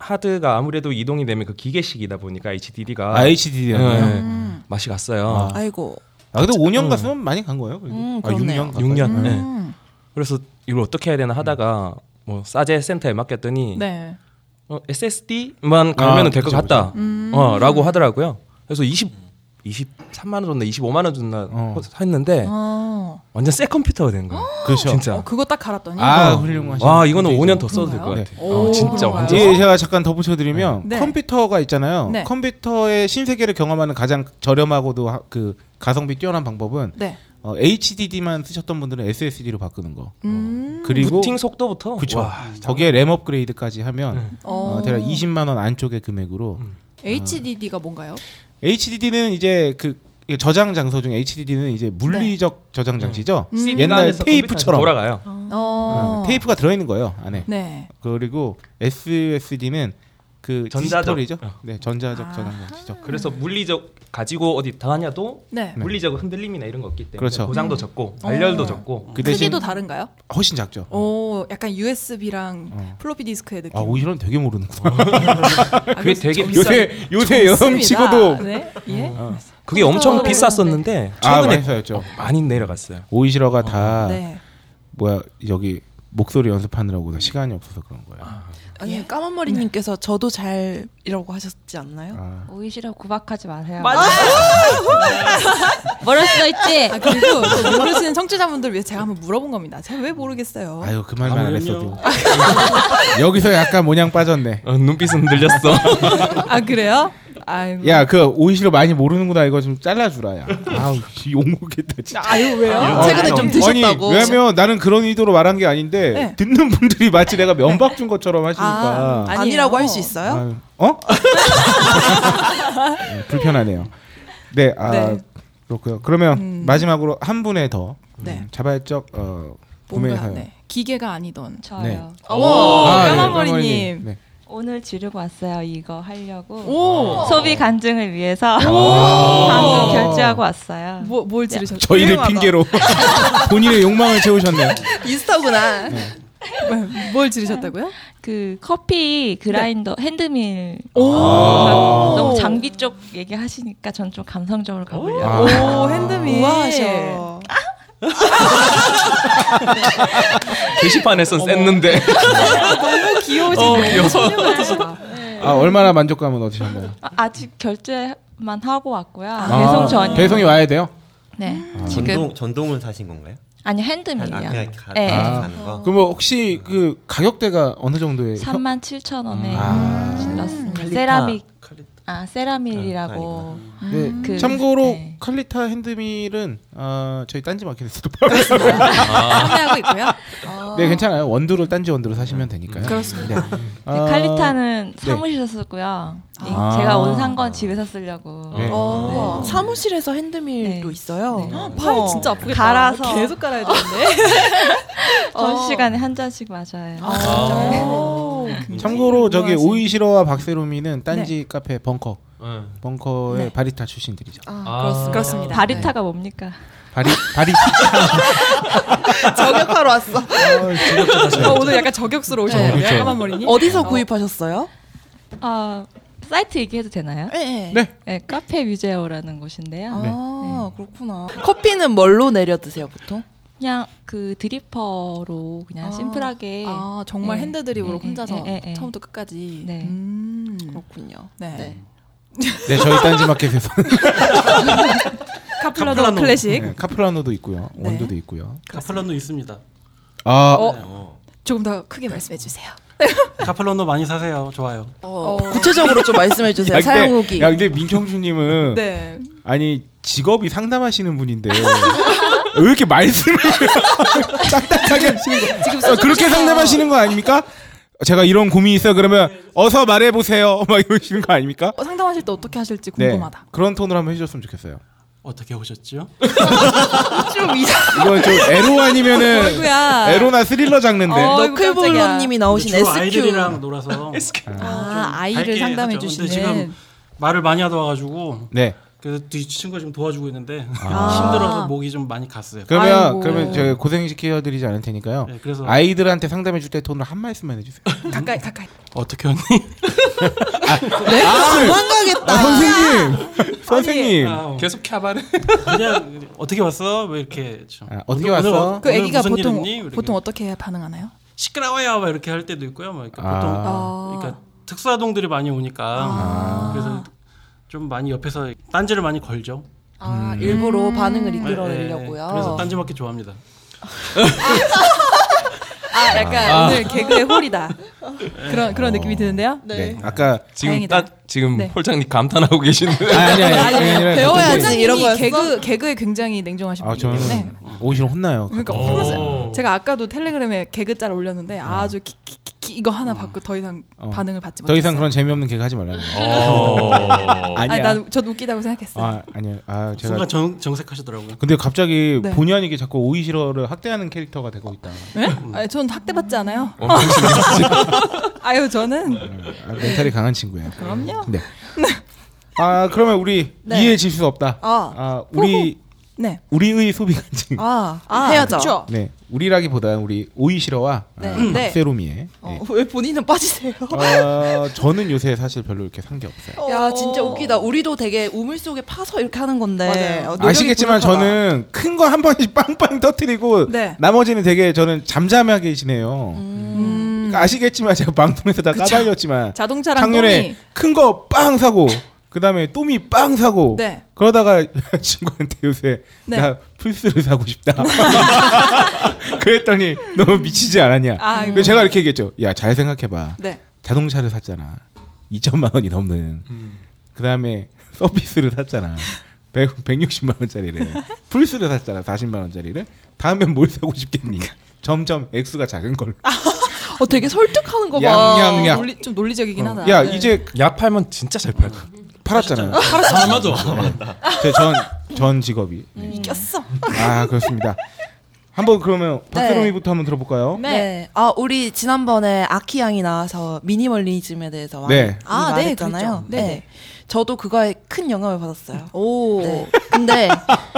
S7: 하드가 아무래도 이동이 되면 그 기계식이다 보니까 HDD가
S6: 아, HDD. 네.
S2: 음.
S7: 맛이 갔어요.
S6: 아.
S1: 아이고.
S6: 아 근데 5년
S7: 음.
S6: 갔으면 많이 간 거예요. 그래도.
S1: 음,
S6: 아,
S1: 그렇네요.
S6: 6년. 가까이?
S7: 6년. 네.
S2: 음.
S7: 그래서 이걸 어떻게 해야 되나
S6: 음.
S7: 하다가 뭐 싸제 센터에 맡겼더니
S2: 네.
S7: 어, SSD만 가면
S6: 아,
S7: 은 될 것
S6: 그죠,
S7: 같다.
S2: 음.
S7: 어, 라고 하더라고요. 그래서 20 23만 원 줬나 25만 원 줬나
S6: 어.
S7: 했는데
S2: 어.
S7: 완전 새 컴퓨터가 된 거예요.
S6: 그렇죠.
S7: 진짜.
S2: 어, 그거 딱 갈았더니
S6: 아 훌륭하시.
S7: 와, 이거는 5년 더 써도 될 것
S6: 그런가요?
S7: 같아. 어, 진짜
S2: 그런가요?
S7: 완전
S6: 예, 제가 잠깐 덧붙여드리면
S2: 네.
S6: 컴퓨터가 있잖아요.
S2: 네.
S6: 컴퓨터의 신세계를 경험하는 가장 저렴하고도 하- 그 가성비 뛰어난 방법은
S2: 네.
S6: 어, HDD만 쓰셨던 분들은 SSD로 바꾸는 거. 어,
S2: 음.
S6: 그리고
S7: 부팅 속도부터
S6: 그쵸.
S7: 와, 네.
S6: 거기에 램 업그레이드까지 하면 어,
S2: 어.
S6: 대략 20만 원 안쪽의 금액으로
S7: 음.
S6: 어,
S2: HDD가 뭔가요?
S6: HDD는 이제 그 저장 장소 중 HDD는 이제 물리적 저장 장치죠.
S2: 네. 음.
S6: 옛날
S7: 안에서 컴퓨터에서
S6: 테이프처럼
S7: 돌아가요.
S2: 어.
S6: 어, 테이프가 들어있는 거예요 안에.
S2: 네.
S6: 그리고 SSD는 그
S7: 전자적.
S6: 디지털이죠.
S7: 어.
S6: 네, 전자적
S2: 아.
S6: 저장 장치죠.
S7: 그래서 물리적 가지고 어디 당하냐도
S2: 네. 음.
S6: 음.
S2: 어.
S6: 네.
S7: 물리적 흔들림이나 이런 거 없기 때문에
S6: 그렇죠.
S7: 고장도 네, 적고 발열도 적고
S6: 그 대신
S2: 크기도 다른가요?
S6: 훨씬 작죠.
S2: 오, 약간 USB랑
S6: 어.
S2: 플로피 디스크의 느낌.
S6: 아, 오히려는 되게 모르는구나. 아.
S7: 그게 되게
S6: 요새 요새 여름
S2: 좋습니다.
S6: 치고도 어.
S2: 네. 예.
S7: 그게 엄청
S2: 그거는-
S7: 비쌌었는데
S6: 아,
S7: 최근에 어,
S6: 많이 써였죠.
S7: 많이 내려갔어요.
S6: 오이시러가 다
S2: 네.
S6: 뭐야 여기 목소리 연습하느라고 시간이 없어서 그런 거예요.
S1: 아니 까만 머리님께서 저도 잘이라고 하셨지 않나요?
S6: 아.
S5: 오이시라 구박하지 마세요.
S2: 맞아.
S5: 뭐랄 수도 있지.
S2: 아, 그리고 또 모르시는 청취자분들 위해 제가 한번 물어본 겁니다. 제가 왜 모르겠어요?
S6: 아유 그 말만 안
S8: 아무렴요.
S6: 했어도 여기서 약간 모양 빠졌네.
S7: 어, 눈빛은 흔들렸어.
S2: 아 그래요? 아이고.
S6: 야, 그 오이시로 많이 모르는구나 이거 좀 잘라주라 야. 아우 씨, 욕먹겠다 진짜.
S2: 아유 왜요?
S1: 아, 최근에 좀 드셨다고.
S6: 아니, 왜냐면 나는 그런 의도로 말한 게 아닌데
S2: 네.
S6: 듣는 분들이 마치 내가 면박 준 것처럼 하시니까.
S2: 아,
S1: 아니라고 할
S2: 아니에요.
S1: 수 있어요?
S6: 그러니까. 아유, 어? 네, 불편하네요. 네, 아
S2: 네.
S6: 그렇고요. 그러면
S5: 음.
S6: 마지막으로 한 분의 더
S1: 네.
S6: 음, 자발적 어, 구매
S2: 뭔가
S6: 사연.
S2: 네. 기계가 아니던
S5: 저요.
S6: 네.
S2: 어머
S6: 아, 네,
S2: 까망머리님
S6: 네.
S5: 오늘 지르고 왔어요. 이거 하려고.
S2: 오뭐
S5: 소비 간증을 위해서 방금 결제하고 왔어요.
S2: 뭘 지르셨죠?
S6: 저희를 핑계로 본인의 욕망을 채우셨네요.
S1: 인스타구나.
S2: 네. 뭘 지르셨다고요? 네.
S5: 그 커피 그라인더 핸드밀
S2: 오.
S5: 너무 장비 쪽 얘기하시니까 전 좀 감성적으로 가보려고.
S6: 아.
S2: 오 핸드미
S1: 우아하셔.
S7: 게시판에 썼는데
S2: 아, 너무 귀여우신
S7: 어, 귀여워서.
S5: 네.
S6: 아, 얼마나 만족감은 얻으셨나요?
S5: 아, 아직 결제만 하고 왔고요.
S6: 아,
S5: 배송 전이.
S6: 배송이 와야 돼요. 아.
S5: 네.
S9: 전동 전동을 사신 건가요?
S5: 아니
S9: 아,
S5: 핸드밀이요.
S9: 그냥 가,
S5: 네.
S9: 아, 가는 거.
S6: 그럼 뭐 혹시 그 가격대가 어느 정도예요?
S5: 3만 7천 원에
S6: 아.
S5: 질렀습니다.
S9: 칼리타.
S5: 세라믹
S9: 음. 칼리타.
S5: 아 세라밀이라고
S6: 네.
S5: 그-
S6: 참고로
S5: 네.
S6: 칼리타 핸드밀은 아, 저희 딴지 마켓에서도 팔고 있어요.
S1: 판매하고 있고요.
S5: 어.
S6: 네, 괜찮아요. 원두를 딴지 원두로 사시면 되니까요.
S1: 그렇습니다.
S6: 네.
S5: 네,
S6: 아,
S5: 칼리타는
S6: 네.
S5: 사무실에서 쓰고요. 이-
S6: 아.
S5: 제가 온 상건 집에서 쓰려고.
S6: 네.
S1: 어, 사무실에서 핸드밀도
S5: 네.
S1: 있어요.
S5: 네.
S1: 헉,
S2: 팔 진짜 아프겠다
S5: 갈아서.
S2: 계속 갈아야 되는데
S5: 전
S1: 어.
S5: 시간에 한 잔씩
S6: 아,
S5: 마셔요.
S1: 아,
S5: 네.
S2: 오.
S6: 참고로 저기
S2: 궁금하시네.
S6: 오이시로와 박세롬이는 딴지 카페 벙커 벙커의
S2: 네.
S6: 바리타 출신들이죠. 네.
S1: 아,
S7: 아.
S1: 그렇습니다. 뭐-
S2: 그렇습니다.
S5: 바리타가 뭡니까?
S6: 바리 아, 바리타.
S1: 저격하러 왔어.
S2: 어, 오늘 약간 저격수로
S5: 네.
S2: 오셨는데요
S6: 그렇죠.
S2: 까만머리님
S1: 어디서 구입하셨어요?
S5: 아 사이트 얘기해도 되나요?
S1: 네.
S6: 네.
S5: 네, 카페 위제오라는 곳인데요.
S1: 아, 그렇구나. 커피는 뭘로 내려 드세요, 보통?
S5: 그냥 그 드리퍼로 그냥
S1: 아.
S5: 심플하게
S2: 아 정말
S5: 네.
S2: 핸드드립으로
S5: 네,
S2: 혼자서
S5: 네, 네, 네.
S2: 처음부터 끝까지
S5: 네.
S2: 음.
S1: 그렇군요.
S2: 네.
S6: 네, 저희 딴지 마켓에서
S2: 카플라노, 클래식
S6: 네, 카프라노도 있고요. 원두도 있고요.
S8: 카플런도 있습니다.
S2: 어,
S6: 아,
S2: 조금 더 크게 말씀해 주세요
S8: 카플런도 많이 사세요. 좋아요.
S1: 어, 구체적으로 좀 말씀해 주세요. 사용 후기.
S6: 야, 근데 민경주님은
S2: 네
S6: 아니 직업이 상담하시는 분인데 왜 이렇게 말씀을 딱딱하게 하시는 거? 지금 그렇게 상담하시는 거 아닙니까? 제가 이런 고민이 있어요. 그러면 어서 말해보세요. 막 이러시는 거 아닙니까?
S2: 어, 상담하실 때 어떻게 하실지
S6: 네.
S2: 궁금하다
S6: 그런 톤으로 한번 해주셨으면 좋겠어요.
S8: 어떻게 오셨죠?
S2: 좀 이상
S6: 이거 좀 에로 아니면은
S2: 누구야
S6: 에로나 스릴러 장르인데
S2: 어. 아이고,
S1: 너클볼로님이 나오신
S8: 주로
S1: SQ.
S8: 아이들이랑 놀아서
S2: 아
S8: 밝게
S2: 아이를 상담해
S8: 하죠.
S2: 주시는
S8: 근데 지금 말을 많이 하다 와가지고
S6: 네.
S8: 그래서 뒤 친구가 지금 도와주고 있는데 힘들어서 목이 좀 많이 갔어요.
S6: 그러면
S2: 아. 아이고. 네.
S6: 그러면 제가 고생 시켜드리지 않을 테니까요.
S8: 네, 그래서
S6: 아이들한테 상담해줄 때 톤으로 한 말씀만 해주세요.
S2: 가까이 가까이
S8: 어떻게 언니?
S2: 네.
S6: 아, 선생님, 선생님.
S8: 아,
S7: 계속 캬바르
S8: 그냥 어떻게 왔어? 왜 이렇게 좀
S6: 아, 어떻게 왔어?
S2: 그
S8: 오늘
S2: 아기가
S8: 무슨 일
S2: 보통
S8: 있니? 이렇게.
S2: 보통 어떻게 반응하나요?
S8: 시끄러워요 막 이렇게 할 때도 있고요. 막 이렇게 보통
S6: 아.
S8: 그러니까 특수아동들이 많이 오니까 그래서 좀 많이 옆에서 딴지를 많이 걸죠. 음.
S1: 아, 일부러 반응을
S8: 네, 네. 그래서
S1: 이끌어내려고요.
S8: 딴지마켓 좋아합니다.
S2: 아 약간 오늘 개그의 홀이다 그런 그런 느낌이 드는데요.
S6: 네. 아까
S7: 지금
S2: 다행이다.
S7: 딱 지금
S2: 네.
S7: 홀장님 감탄하고 계신데
S6: 아, 아니 아니 아니 아니.
S1: 배워야지 이런 거였어.
S2: 개그 개그에 굉장히 냉정하신
S6: 아
S2: 분이기
S6: 저는
S2: 때문에
S6: 오시면 혼나요.
S2: 네. 그러니까
S6: 가끔.
S2: 혼나세요. 제가 아까도 텔레그램에 개그 짤 올렸는데 아주 키키키 이거 하나 받고 더 이상
S6: 어.
S2: 반응을 받지 못했어요.
S6: 더 이상 그런 재미없는 개그 하지 말라는 거.
S8: 어.
S6: 아니야.
S2: 아니 난전 웃기다고 생각했어요.
S6: 아 아니야. 아 제가
S8: 순간 정, 정색하시더라고요.
S6: 근데 갑자기
S2: 네.
S6: 본의 아니게 자꾸 오이시러를 학대하는 캐릭터가 되고 있다.
S2: 네? 아니, 전 학대받지 않아요. 아유 저는
S6: 어, 아, 멘탈이 강한 친구예요.
S2: 그럼요.
S6: 네. 아 그러면 우리
S1: 네.
S6: 이해질 수 없다.
S1: 아.
S6: 아 우리
S2: 네.
S6: 우리의 소비 간증.
S1: 아, 헤어져.
S2: 그쵸?
S6: 네. 우리라기보다는 우리 오이시러와
S1: 네.
S6: 아,
S1: 네.
S6: 박세롬이의.
S1: 어,
S6: 네.
S1: 왜 본인은 빠지세요?
S6: 어, 저는 요새 사실 별로 이렇게 산 게 없어요.
S1: 야 진짜 웃기다. 우리도 되게 우물 속에 파서 이렇게 하는 건데.
S2: 맞아요.
S1: 어, 노력이
S6: 아시겠지만
S1: 부족하다.
S6: 저는 큰 거 한 번씩 빵빵 터뜨리고
S2: 네.
S6: 나머지는 되게 저는 잠잠하게 지내요.
S2: 음.
S1: 음.
S6: 그러니까 아시겠지만 제가 방송에서 다 까발렸지만
S2: 자동차랑
S6: 작년에
S2: 똥이
S6: 큰 거 빵 사고 그다음에 또미 빵 사고
S2: 네.
S6: 그러다가 친구한테 요새
S2: 네.
S6: 나 플스를 사고 싶다. 그랬더니 너무 미치지 않았냐.
S2: 아이고.
S6: 그래서 제가 이렇게 얘기했죠. 야 잘 생각해봐.
S2: 네.
S7: 음.
S6: 자동차를 샀잖아. 2천만 원이 넘는 그 다음에 서피스를 샀잖아. 100, 160만 원짜리를 풀스를 샀잖아 40만 원짜리를 다음엔 뭘 사고 싶겠니 점점 액수가 작은 걸로
S2: 아,
S1: 어 되게 설득하는 거 봐.
S6: 양양양. 어.
S2: 논리, 좀 논리적이긴 하다.
S6: 야
S2: 네.
S6: 이제
S7: 야 팔면 진짜 잘 팔까.
S6: 팔았잖아요
S8: 아, 맞아.
S6: 제전전 직업이
S2: 음.
S6: 네.
S2: 이겼어.
S6: 아 그렇습니다 한번 그러면 박세롬이부터 한번 들어볼까요
S1: 네. 아 우리 지난번에 아키 양이 나와서 미니멀리즘에 대해서 많이
S6: 네.
S1: 아,
S2: 아, 네,
S1: 말했잖아요.
S2: 그랬죠. 네.
S1: 저도 그거에 큰 영감을 받았어요.
S2: 오.
S1: 네. 근데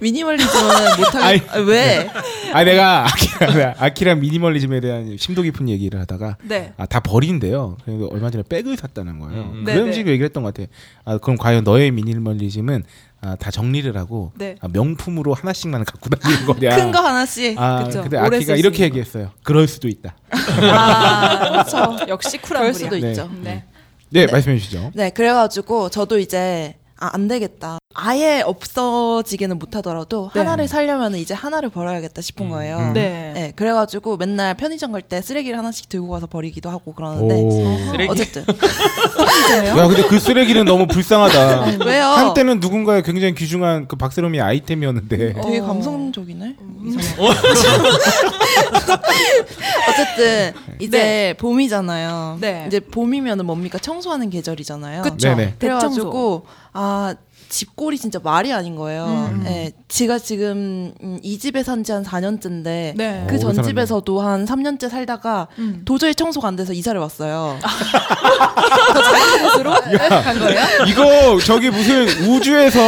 S1: 미니멀리즘은
S6: 아이.
S1: 못하겠. 왜?
S6: 아 내가 아키랑, 아키랑 미니멀리즘에 대한 심도 깊은 얘기를 하다가
S2: 네.
S6: 아 다 버린대요. 그래서 얼마 전에 백을 샀다는 거예요.
S7: 음.
S6: 그런
S2: 네네.
S6: 식으로 얘기를 했던 것 같아. 아 그럼 과연 너의 미니멀리즘은 아, 다 정리를 하고
S2: 네.
S6: 아, 명품으로 하나씩만 갖고 다니는 거냐?
S1: 큰 거 하나씩.
S6: 아
S2: 그쵸.
S6: 근데
S2: 오래
S6: 아키가
S2: 쓸수
S6: 이렇게
S2: 있는
S6: 얘기했어요. 그럴 수도 있다.
S2: 아, 그렇죠. 역시 쿨한 분이야.
S1: 그럴 수도
S6: 네.
S1: 있죠.
S2: 네.
S6: 네, 말씀해 주시죠.
S1: 네, 그래가지고 저도 이제 아, 안 되겠다. 아예 없어지기는 못하더라도
S2: 네.
S1: 하나를 살려면 이제 하나를 버려야겠다 싶은 거예요.
S6: 음.
S2: 네.
S1: 네, 그래가지고 맨날 편의점 갈 때 쓰레기를 하나씩 들고 가서 버리기도 하고 그러는데 어쨌든
S6: 야 근데 그 쓰레기는 너무 불쌍하다.
S1: 왜요?
S6: 한때는 누군가의 굉장히 귀중한 그 박세롬이 아이템이었는데
S1: 되게
S2: 어.
S1: 감성적이네. 음. 이상해. 어쨌든 이제
S2: 네.
S1: 봄이잖아요.
S2: 네.
S1: 이제 봄이면은 뭡니까 청소하는 계절이잖아요.
S2: 그쵸.
S6: 네네.
S1: 그래가지고 아 집골이 진짜 말이 아닌 거예요.
S2: 음.
S1: 예, 제가 지금 음, 이 집에 산 지 한 4년째인데
S2: 네.
S6: 오,
S1: 그 전
S6: 오래
S1: 집에서도 한 3년째 살다가
S2: 음.
S1: 도저히 청소가 안 돼서 이사를 왔어요.
S2: 으로 간 거예요?
S6: 이거 저기 무슨 우주에서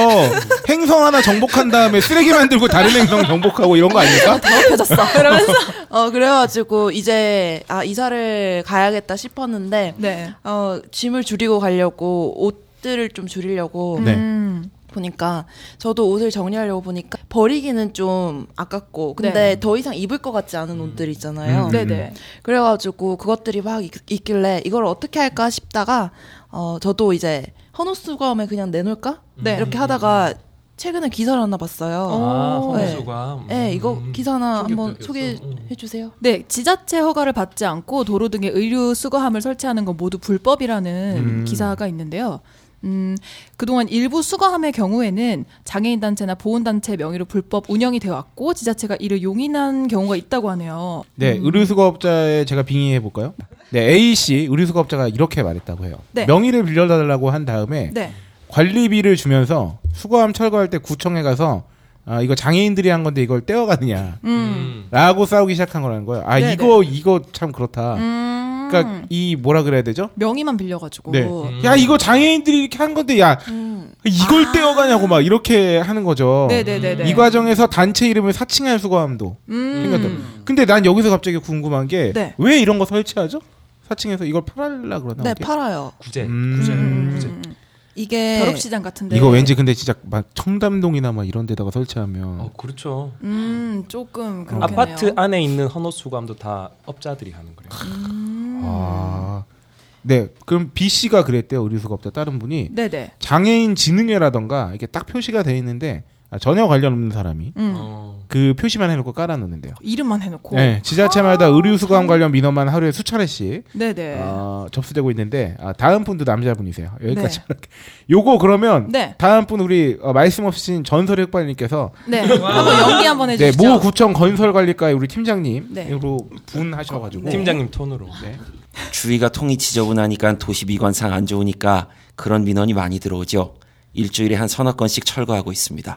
S6: 행성 하나 정복한 다음에 쓰레기 만들고 다른 행성 정복하고 이런 거 아닙니까?
S1: 졌어. 그러면서 어 그래가지고 이제 아 이사를 가야겠다 싶었는데
S2: 네.
S1: 어 짐을 줄이고 가려고 옷들을 좀 줄이려고
S6: 네.
S2: 음.
S1: 보니까 저도 옷을 정리하려고 보니까 버리기는 좀 아깝고 근데
S2: 네.
S1: 더 이상 입을 것 같지 않은 옷들 있잖아요.
S6: 음.
S2: 네네.
S1: 그래가지고 그것들이 막 있, 있길래 이걸 어떻게 할까 싶다가 어 저도 이제 헌옷 수거함에 그냥 내놓을까
S2: 네.
S1: 이렇게 하다가 최근에 기사를 하나 봤어요.
S7: 아,
S2: 오.
S7: 선수가.
S1: 네, 이거 기사 하나
S7: 소개
S1: 한번
S7: 부탁드렸어.
S1: 소개해 주세요.
S2: 네, 지자체 허가를 받지 않고 도로 등에 의류 수거함을 설치하는 건 모두 불법이라는
S6: 음.
S2: 기사가 있는데요. 음, 그동안 일부 수거함의 경우에는 장애인 단체나 보훈 단체 명의로 불법 운영이 되어 왔고 지자체가 이를 용인한 경우가 있다고 하네요. 음.
S6: 네, 의류수거업자에 제가 빙의해 볼까요? 네, A 씨 의류수거업자가 이렇게 말했다고 해요.
S2: 네.
S6: 명의를 빌려달라고 한 다음에
S2: 네.
S6: 관리비를 주면서 수거함 철거할 때 구청에 가서 아 이거 장애인들이 한 건데 이걸 떼어가느냐.
S2: 음.
S6: 라고 싸우기 시작한 거라는 거예요. 아
S2: 네,
S6: 이거 이거 참 그렇다.
S2: 음.
S6: 그러니까 이 뭐라 그래야 되죠?
S2: 명의만 빌려 가지고
S6: 네.
S7: 음.
S6: 야 이거 장애인들이 이렇게 한 건데 야 이걸 떼어가냐고 막 이렇게 하는
S2: 음.
S6: 거죠.
S2: 아. 네, 네, 네, 네.
S6: 이 과정에서 단체 이름을 사칭할 수거함도 생겼다. 근데 난 여기서 갑자기 궁금한 게 왜
S2: 네.
S6: 이런 거 설치하죠? 사칭해서 이걸 팔라 그러나?
S1: 네,
S6: 어떻게?
S1: 팔아요.
S7: 구제.
S6: 음.
S7: 구제. 구제.
S2: 음.
S1: 이게
S2: 벼룩시장 같은데.
S6: 이거 왠지 근데 진짜 막 청담동이나 막 이런 데다가 설치하면
S7: 어, 그렇죠.
S2: 음, 조금 그렇네요.
S7: 아파트 안에 있는 헌옷 수거함도 다 업자들이 하는 거래요.
S2: 음.
S6: 아. 네, 그럼 B 씨가 그랬대요. 의리수가 없다. 다른 분이
S2: 네, 네.
S6: 장애인 진흥회라던가 이렇게 딱 표시가 돼 있는데 아, 전혀 관련 없는 사람이
S2: 음.
S7: 어.
S6: 그 표시만 해놓고 깔아놓는데요.
S2: 이름만 해 놓고. 아.
S6: 네, 지자체마다 의류 수거함 관련 민원만 하루에 수차례씩
S2: 네, 네.
S6: 어, 접수되고 있는데 아, 다음 분도 남자분이세요. 여기까지.
S2: 네.
S6: 할게. 요거 그러면
S2: 네.
S6: 다음 분 우리 어, 말씀 없으신 전설의 흑발님께서 그
S2: 네. 한번 연기 한번 해
S6: 네,
S2: 주시죠.
S6: 모 구청 건설관리과의 우리 팀장님으로
S2: 네.
S6: 분하셔가지고
S7: 팀장님 톤으로.
S6: 네.
S10: 주위가 통이 지저분하니까 도시미관상 안 좋으니까 그런 민원이 많이 들어오죠. 일주일에 한 서너 건씩 철거하고 있습니다.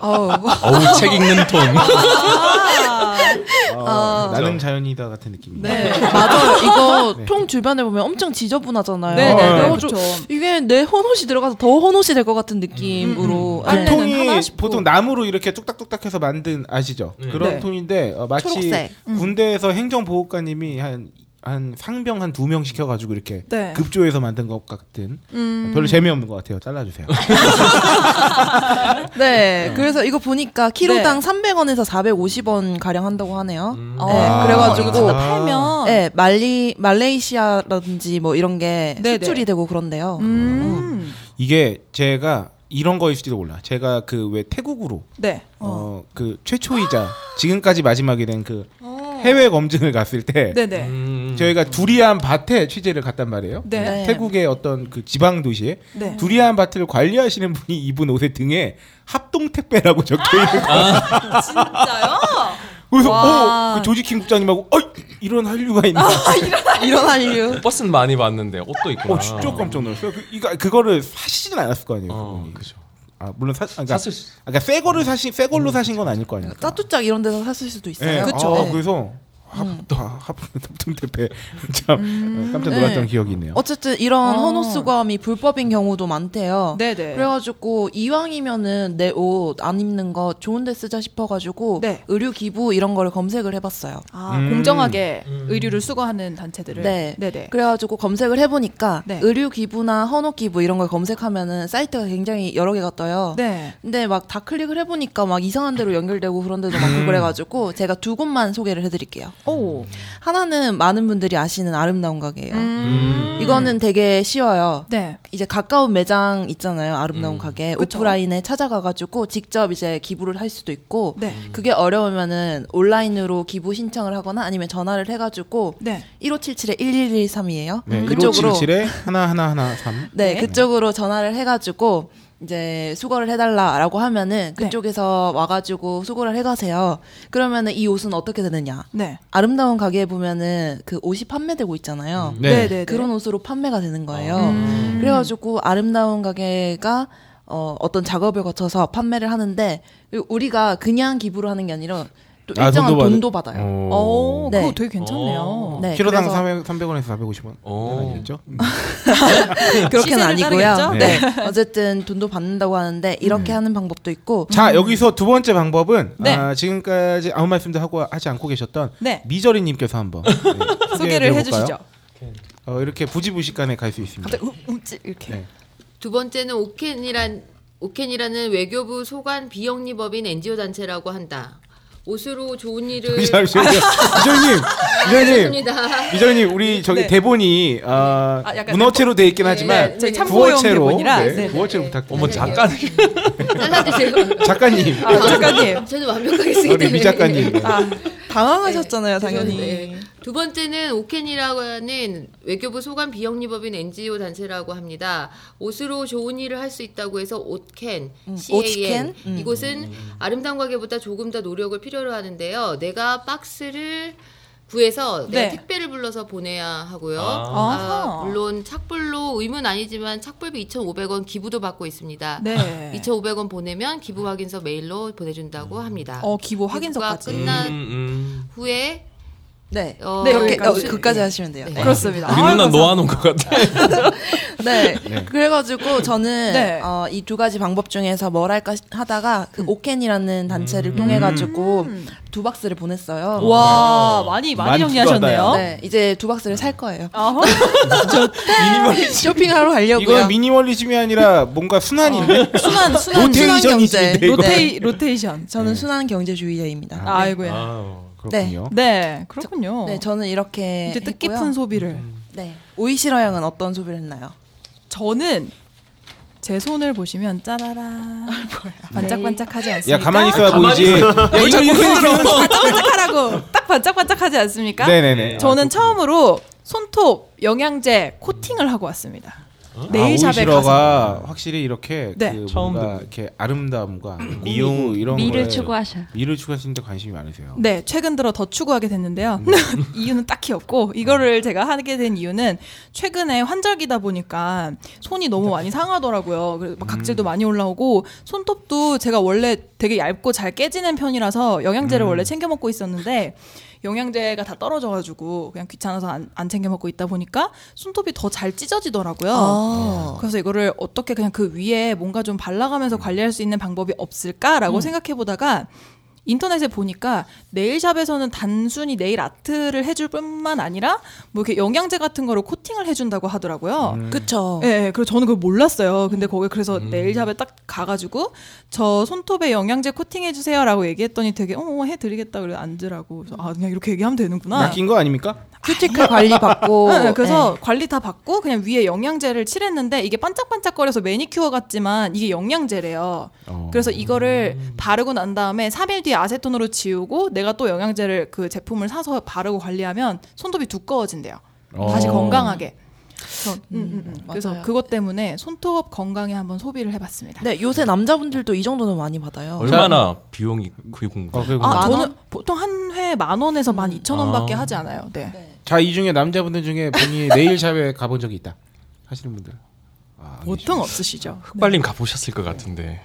S2: 어우. 아,
S7: 어우 책 읽는 톤.
S6: 어, 나는 자연이다 네. 같은 느낌입니다.
S2: 네.
S1: 아, 맞아요. 이거 통 주변에 보면 엄청 지저분하잖아요.
S2: 네, 네, 네.
S1: 그래가지고
S2: 그렇죠.
S1: 이게 내 헌옷이 들어가서 더 헌옷이 될 것 같은 느낌으로
S6: 그
S1: 안에는
S6: 통이
S1: 하나 싶고.
S6: 보통 나무로 이렇게 뚝딱뚝딱해서 만든 아시죠?
S7: 네.
S6: 그런
S2: 네.
S6: 통인데 어, 마치
S1: 초록색. 음.
S6: 군대에서 행정보호관님이 한 한 상병 한 두 명 시켜가지고 이렇게
S2: 네.
S6: 급조해서 만든 것 같은 어,
S2: 음.
S6: 별로 재미없는 것 같아요. 잘라주세요.
S1: 네, 그래서 이거 보니까 키로당
S2: 네.
S1: 300원에서 450원 가량 한다고 하네요.
S7: 음.
S1: 네,
S6: 아.
S1: 그래가지고
S2: 어, 진짜
S6: 아.
S2: 팔면
S1: 네, 말리 말레이시아라든지 뭐 이런 게
S2: 네,
S1: 수출이
S2: 네.
S1: 되고 그런데요.
S2: 음.
S6: 이게 제가 이런 거일지도 몰라. 제가 그 왜 태국으로
S2: 네.
S6: 어 아. 그 최초이자 지금까지 마지막이 된 그 해외 검증을 갔을 때
S2: 네, 네.
S7: 음.
S6: 저희가 두리안 밭에 취재를 갔단 말이에요.
S2: 네.
S6: 태국의 어떤 그 지방 도시에
S2: 네.
S6: 두리안 밭을 관리하시는 분이 입은 옷의 등에 합동 택배라고 적혀 있는 거.
S2: 진짜요?
S6: 그래서
S2: 와.
S6: 어, 그 조지킹 국장님하고 어이 이런 한류가
S2: 아,
S6: 있나.
S1: 이런 한류.
S7: 네. 버스는 많이 봤는데 옷도 있구나.
S6: 어 진짜 깜짝 놀랐어요. 그, 이거 그거를 사시진 않았을 거 아니에요.
S7: 어,
S6: 그분이.
S7: 그죠.
S6: 아 물론 사 아, 그러니까,
S7: 샀을 수-
S6: 아까 새 거를 사신 새 걸로 사신 건 아닐 거 아니에요.
S1: 짜투짝 이런 데서 샀을 수도 있어요.
S6: 그렇죠.
S1: 네.
S6: 그래서 하프하프동 대패 참 깜짝 놀랐던
S1: 네.
S6: 기억이 있네요.
S1: 어쨌든 이런
S2: 어.
S1: 헌옷 수거함이 불법인 경우도 많대요.
S2: 네네.
S1: 그래가지고 이왕이면은 내 옷 안 입는 거 좋은데 쓰자 싶어가지고
S2: 네.
S1: 의류 기부 이런 거를 검색을 해봤어요.
S2: 아,
S6: 음.
S2: 공정하게 의류를 수거하는 단체들을.
S1: 네.
S2: 네네.
S1: 그래가지고 검색을 해보니까
S2: 네.
S1: 의류 기부나 헌옷 기부 이런 걸 검색하면은 사이트가 굉장히 여러 개가 떠요.
S2: 네.
S1: 근데 막 다 클릭을 해보니까 막 이상한 데로 연결되고 그런 데도 많고
S6: 음.
S1: 그래가지고 제가 두 곳만 소개를 해드릴게요.
S2: 오.
S1: 하나는 많은 분들이 아시는 아름다운 가게예요.
S2: 음.
S1: 이거는 되게 쉬워요.
S2: 네.
S1: 이제 가까운 매장 있잖아요. 아름다운
S6: 음.
S1: 가게.
S2: 그쵸.
S1: 오프라인에 찾아가가지고 직접 이제 기부를 할 수도 있고.
S2: 네.
S1: 그게 어려우면은 온라인으로 기부 신청을 하거나 아니면 전화를 해가지고.
S2: 네.
S1: 1577-1113이에요.
S6: 네,
S1: 그쪽으로.
S6: 1577에 하나 하나 하나 삼.
S1: 네, 그쪽으로 전화를 해가지고 이제 수거를 해달라라고 하면은
S2: 네.
S1: 그쪽에서 와가지고 수거를 해가세요. 그러면은 이 옷은 어떻게 되느냐.
S2: 네.
S1: 아름다운 가게에 보면은 그 옷이 판매되고 있잖아요.
S6: 음.
S2: 네. 네.
S1: 그런 옷으로 판매가 되는 거예요.
S2: 음.
S1: 그래가지고 아름다운 가게가 어, 어떤 작업을 거쳐서 판매를 하는데 우리가 그냥 기부를 하는 게 아니라 또
S6: 아,
S1: 일정한
S6: 돈도 받-
S1: 돈도 받아요.
S2: 오,
S1: 네.
S2: 그거 되게 괜찮네요.
S1: 네,
S6: 키로당
S1: 그래서
S6: 300, 300원에서 450원.
S7: 오.
S6: 아니죠? 음.
S1: 그렇게는
S2: 어. 음. 시세를
S1: 아니고요.
S2: 따르겠죠?
S1: 네, 어쨌든 돈도 받는다고 하는데 이렇게 하는 방법도 있고
S6: 음.
S1: 음.
S6: 자 여기서 두 번째 방법은
S2: 네.
S6: 아, 지금까지 아무 말씀도 하고 하지 않고 계셨던
S2: 네.
S6: 미저리님께서 한번 네,
S2: 소개를
S6: 해드려볼까요?
S2: 해주시죠.
S6: 어, 이렇게 부지부식간에 갈 수 있습니다.
S2: 갑자기 우- 움찔 이렇게.
S6: 네.
S11: 음, 두 번째는 오켄이란 오켄이라는 외교부 소관 비영리법인 NGO 단체라고 한다. 옷으로 좋은 일을 아,
S6: 잠시만요. 미저리님,
S11: 네,
S6: 미저리님,
S11: 합니다.
S6: 미저리님 우리 저기
S2: 네.
S6: 대본이 아,
S2: 아, 약간
S6: 문어체로 돼 있긴
S11: 네,
S6: 하지만
S2: 저희 참고용
S6: 구어체로
S2: 대본이라.
S6: 네,
S2: 네.
S6: 구어체로 부탁드립니다.
S7: 어머 잠깐
S11: 잘라주세요.
S6: 작가님,
S2: 아, 작가님.
S11: 저는 완벽하게 쓰기 때문에.
S6: 우리 미 작가님. 네.
S2: 아,
S1: 당황하셨잖아요, 당연히.
S11: 네. 두 번째는 오켄이라고 하는 외교부 소관 비영리법인 NGO 단체라고 합니다. 옷으로 좋은 일을 할 수 있다고 해서 옷캔, CAN
S1: 옷캔? 음.
S11: 이곳은 아름다운 가게보다 조금 더 노력을 필요로 하는데요. 내가 박스를 구해서
S2: 네.
S11: 내가 택배를 불러서 보내야 하고요.
S2: 아하.
S11: 아, 물론 착불로 의무는 아니지만 착불비 2,500원 기부도 받고 있습니다.
S2: 네.
S11: 2,500원 보내면 기부 확인서 메일로 보내준다고 합니다.
S2: 어, 기부
S11: 기부가
S2: 확인서까지.
S11: 끝난
S7: 음,
S11: 후에
S1: 네,
S11: 어,
S1: 네, 그렇게
S11: 여기까지.
S1: 어, 그까지 하시면 돼요.
S11: 네.
S2: 그렇습니다.
S7: 우리
S2: 아,
S7: 누나
S2: 감사합니다.
S7: 놓아놓은 것 같아.
S1: 네. 그래가지고 저는
S2: 네.
S1: 어, 이 두 가지 방법 중에서 뭘 할까 시- 하다가
S2: 음.
S1: 그 오켄이라는 단체를
S6: 음.
S1: 통해가지고 두 박스를 보냈어요.
S2: 와, 많이 많이
S6: 많이
S2: 정리하셨네요.
S6: 받아요.
S1: 네, 이제 두 박스를 살 거예요.
S2: 아하.
S1: 쇼핑하러 가려고요.
S6: 이건 미니멀리즘이 아니라 뭔가 순환인데
S2: 순환 순환
S1: 로테이션이-
S6: 로테이션이지.
S1: 경제.
S6: 네, 이거. 네.
S2: 로테이 로테이션.
S1: 저는 순환 경제주의자입니다.
S2: 아, 아이고야.
S7: 아우.
S6: 어, 그렇군요.
S2: 네, 그렇군요.
S1: 네, 저는 이렇게
S2: 이제 뜻깊은
S1: 했고요.
S2: 소비를.
S6: 음.
S1: 네, 오이시러 양은 어떤 소비를 했나요?
S2: 저는 제 손을 보시면 짜라라 네.
S1: 네.
S2: 반짝반짝하지 않습니까?
S6: 야 가만히
S2: 아,
S6: 있어야 보이지. 야, 이거 이렇게
S2: 반짝반짝하라고 딱 반짝반짝하지 않습니까?
S6: 네네네. 아,
S2: 저는 처음으로 손톱 영양제 코팅을 하고 왔습니다.
S6: 어?
S2: 네일샵에 가서
S6: 오이시러가 확실히 이렇게
S2: 네.
S6: 그
S7: 처음
S6: 뭔가 이렇게 아름다움과
S9: 미용,
S6: 미용 이런
S5: 미를
S6: 거에
S5: 추구하셔.
S6: 미를 추구하시는데 관심이 많으세요.
S2: 네 최근 들어 더 추구하게 됐는데요. 이유는 딱히 없고 이거를 제가 하게 된 이유는 최근에 환절기다 보니까 손이 너무 많이 상하더라고요. 그래서 막 각질도 많이 올라오고 손톱도 제가 원래 되게 얇고 잘 깨지는 편이라서 영양제를 원래 챙겨 먹고 있었는데 영양제가 다 떨어져가지고 그냥 귀찮아서 안, 안 챙겨 먹고 있다 보니까 손톱이 더 잘 찢어지더라고요.
S1: 아.
S2: 그래서 이거를 어떻게 그냥 그 위에 뭔가 좀 발라가면서 관리할 수 있는 방법이 없을까라고 생각해보다가 인터넷에 보니까 네일샵에서는 단순히 네일 아트를 해줄 뿐만 아니라 뭐 이렇게 영양제 같은 거로 코팅을 해준다고 하더라고요.
S1: 그쵸.
S2: 예, 예, 그래서 저는 그걸 몰랐어요. 근데 거기 그래서 네일샵에 딱 가가지고 저 손톱에 영양제 코팅해 주세요라고 얘기했더니 되게 어, 어 해드리겠다 그래 앉으라고 그래서 아 그냥 이렇게 얘기하면 되는구나.
S6: 낚인 거 아닙니까?
S1: 큐티클 관리 받고
S2: 응, 그래서
S1: 예.
S2: 관리 다 받고 그냥 위에 영양제를 칠했는데 이게 반짝반짝거려서 매니큐어 같지만 이게 영양제래요.
S6: 어.
S2: 그래서 이거를
S1: 음.
S2: 바르고 난 다음에 3일 뒤에 아세톤으로 지우고 내가 또 영양제를 그 제품을 사서 바르고 관리하면 손톱이 두꺼워진대요. 다시
S6: 어.
S2: 건강하게. 그래서, 음, 음, 음. 그래서
S1: 맞아요.
S2: 그것 때문에 손톱 건강에 한번 소비를 해봤습니다.
S1: 네, 요새 남자분들도 이 정도는 많이 받아요.
S7: 얼마나 비용이 그게 궁금.
S6: 어,
S2: 아,
S1: 만 음.
S2: 저는 보통 한 회 만 원에서 만 이천 원밖에 하지 않아요. 네.
S6: 자 이 중에 남자분들 중에 본인이 네일샵에 가본 적이 있다 하시는 분들
S2: 보통 없으시죠. 네.
S7: 흑발님 가보셨을 것 같은데.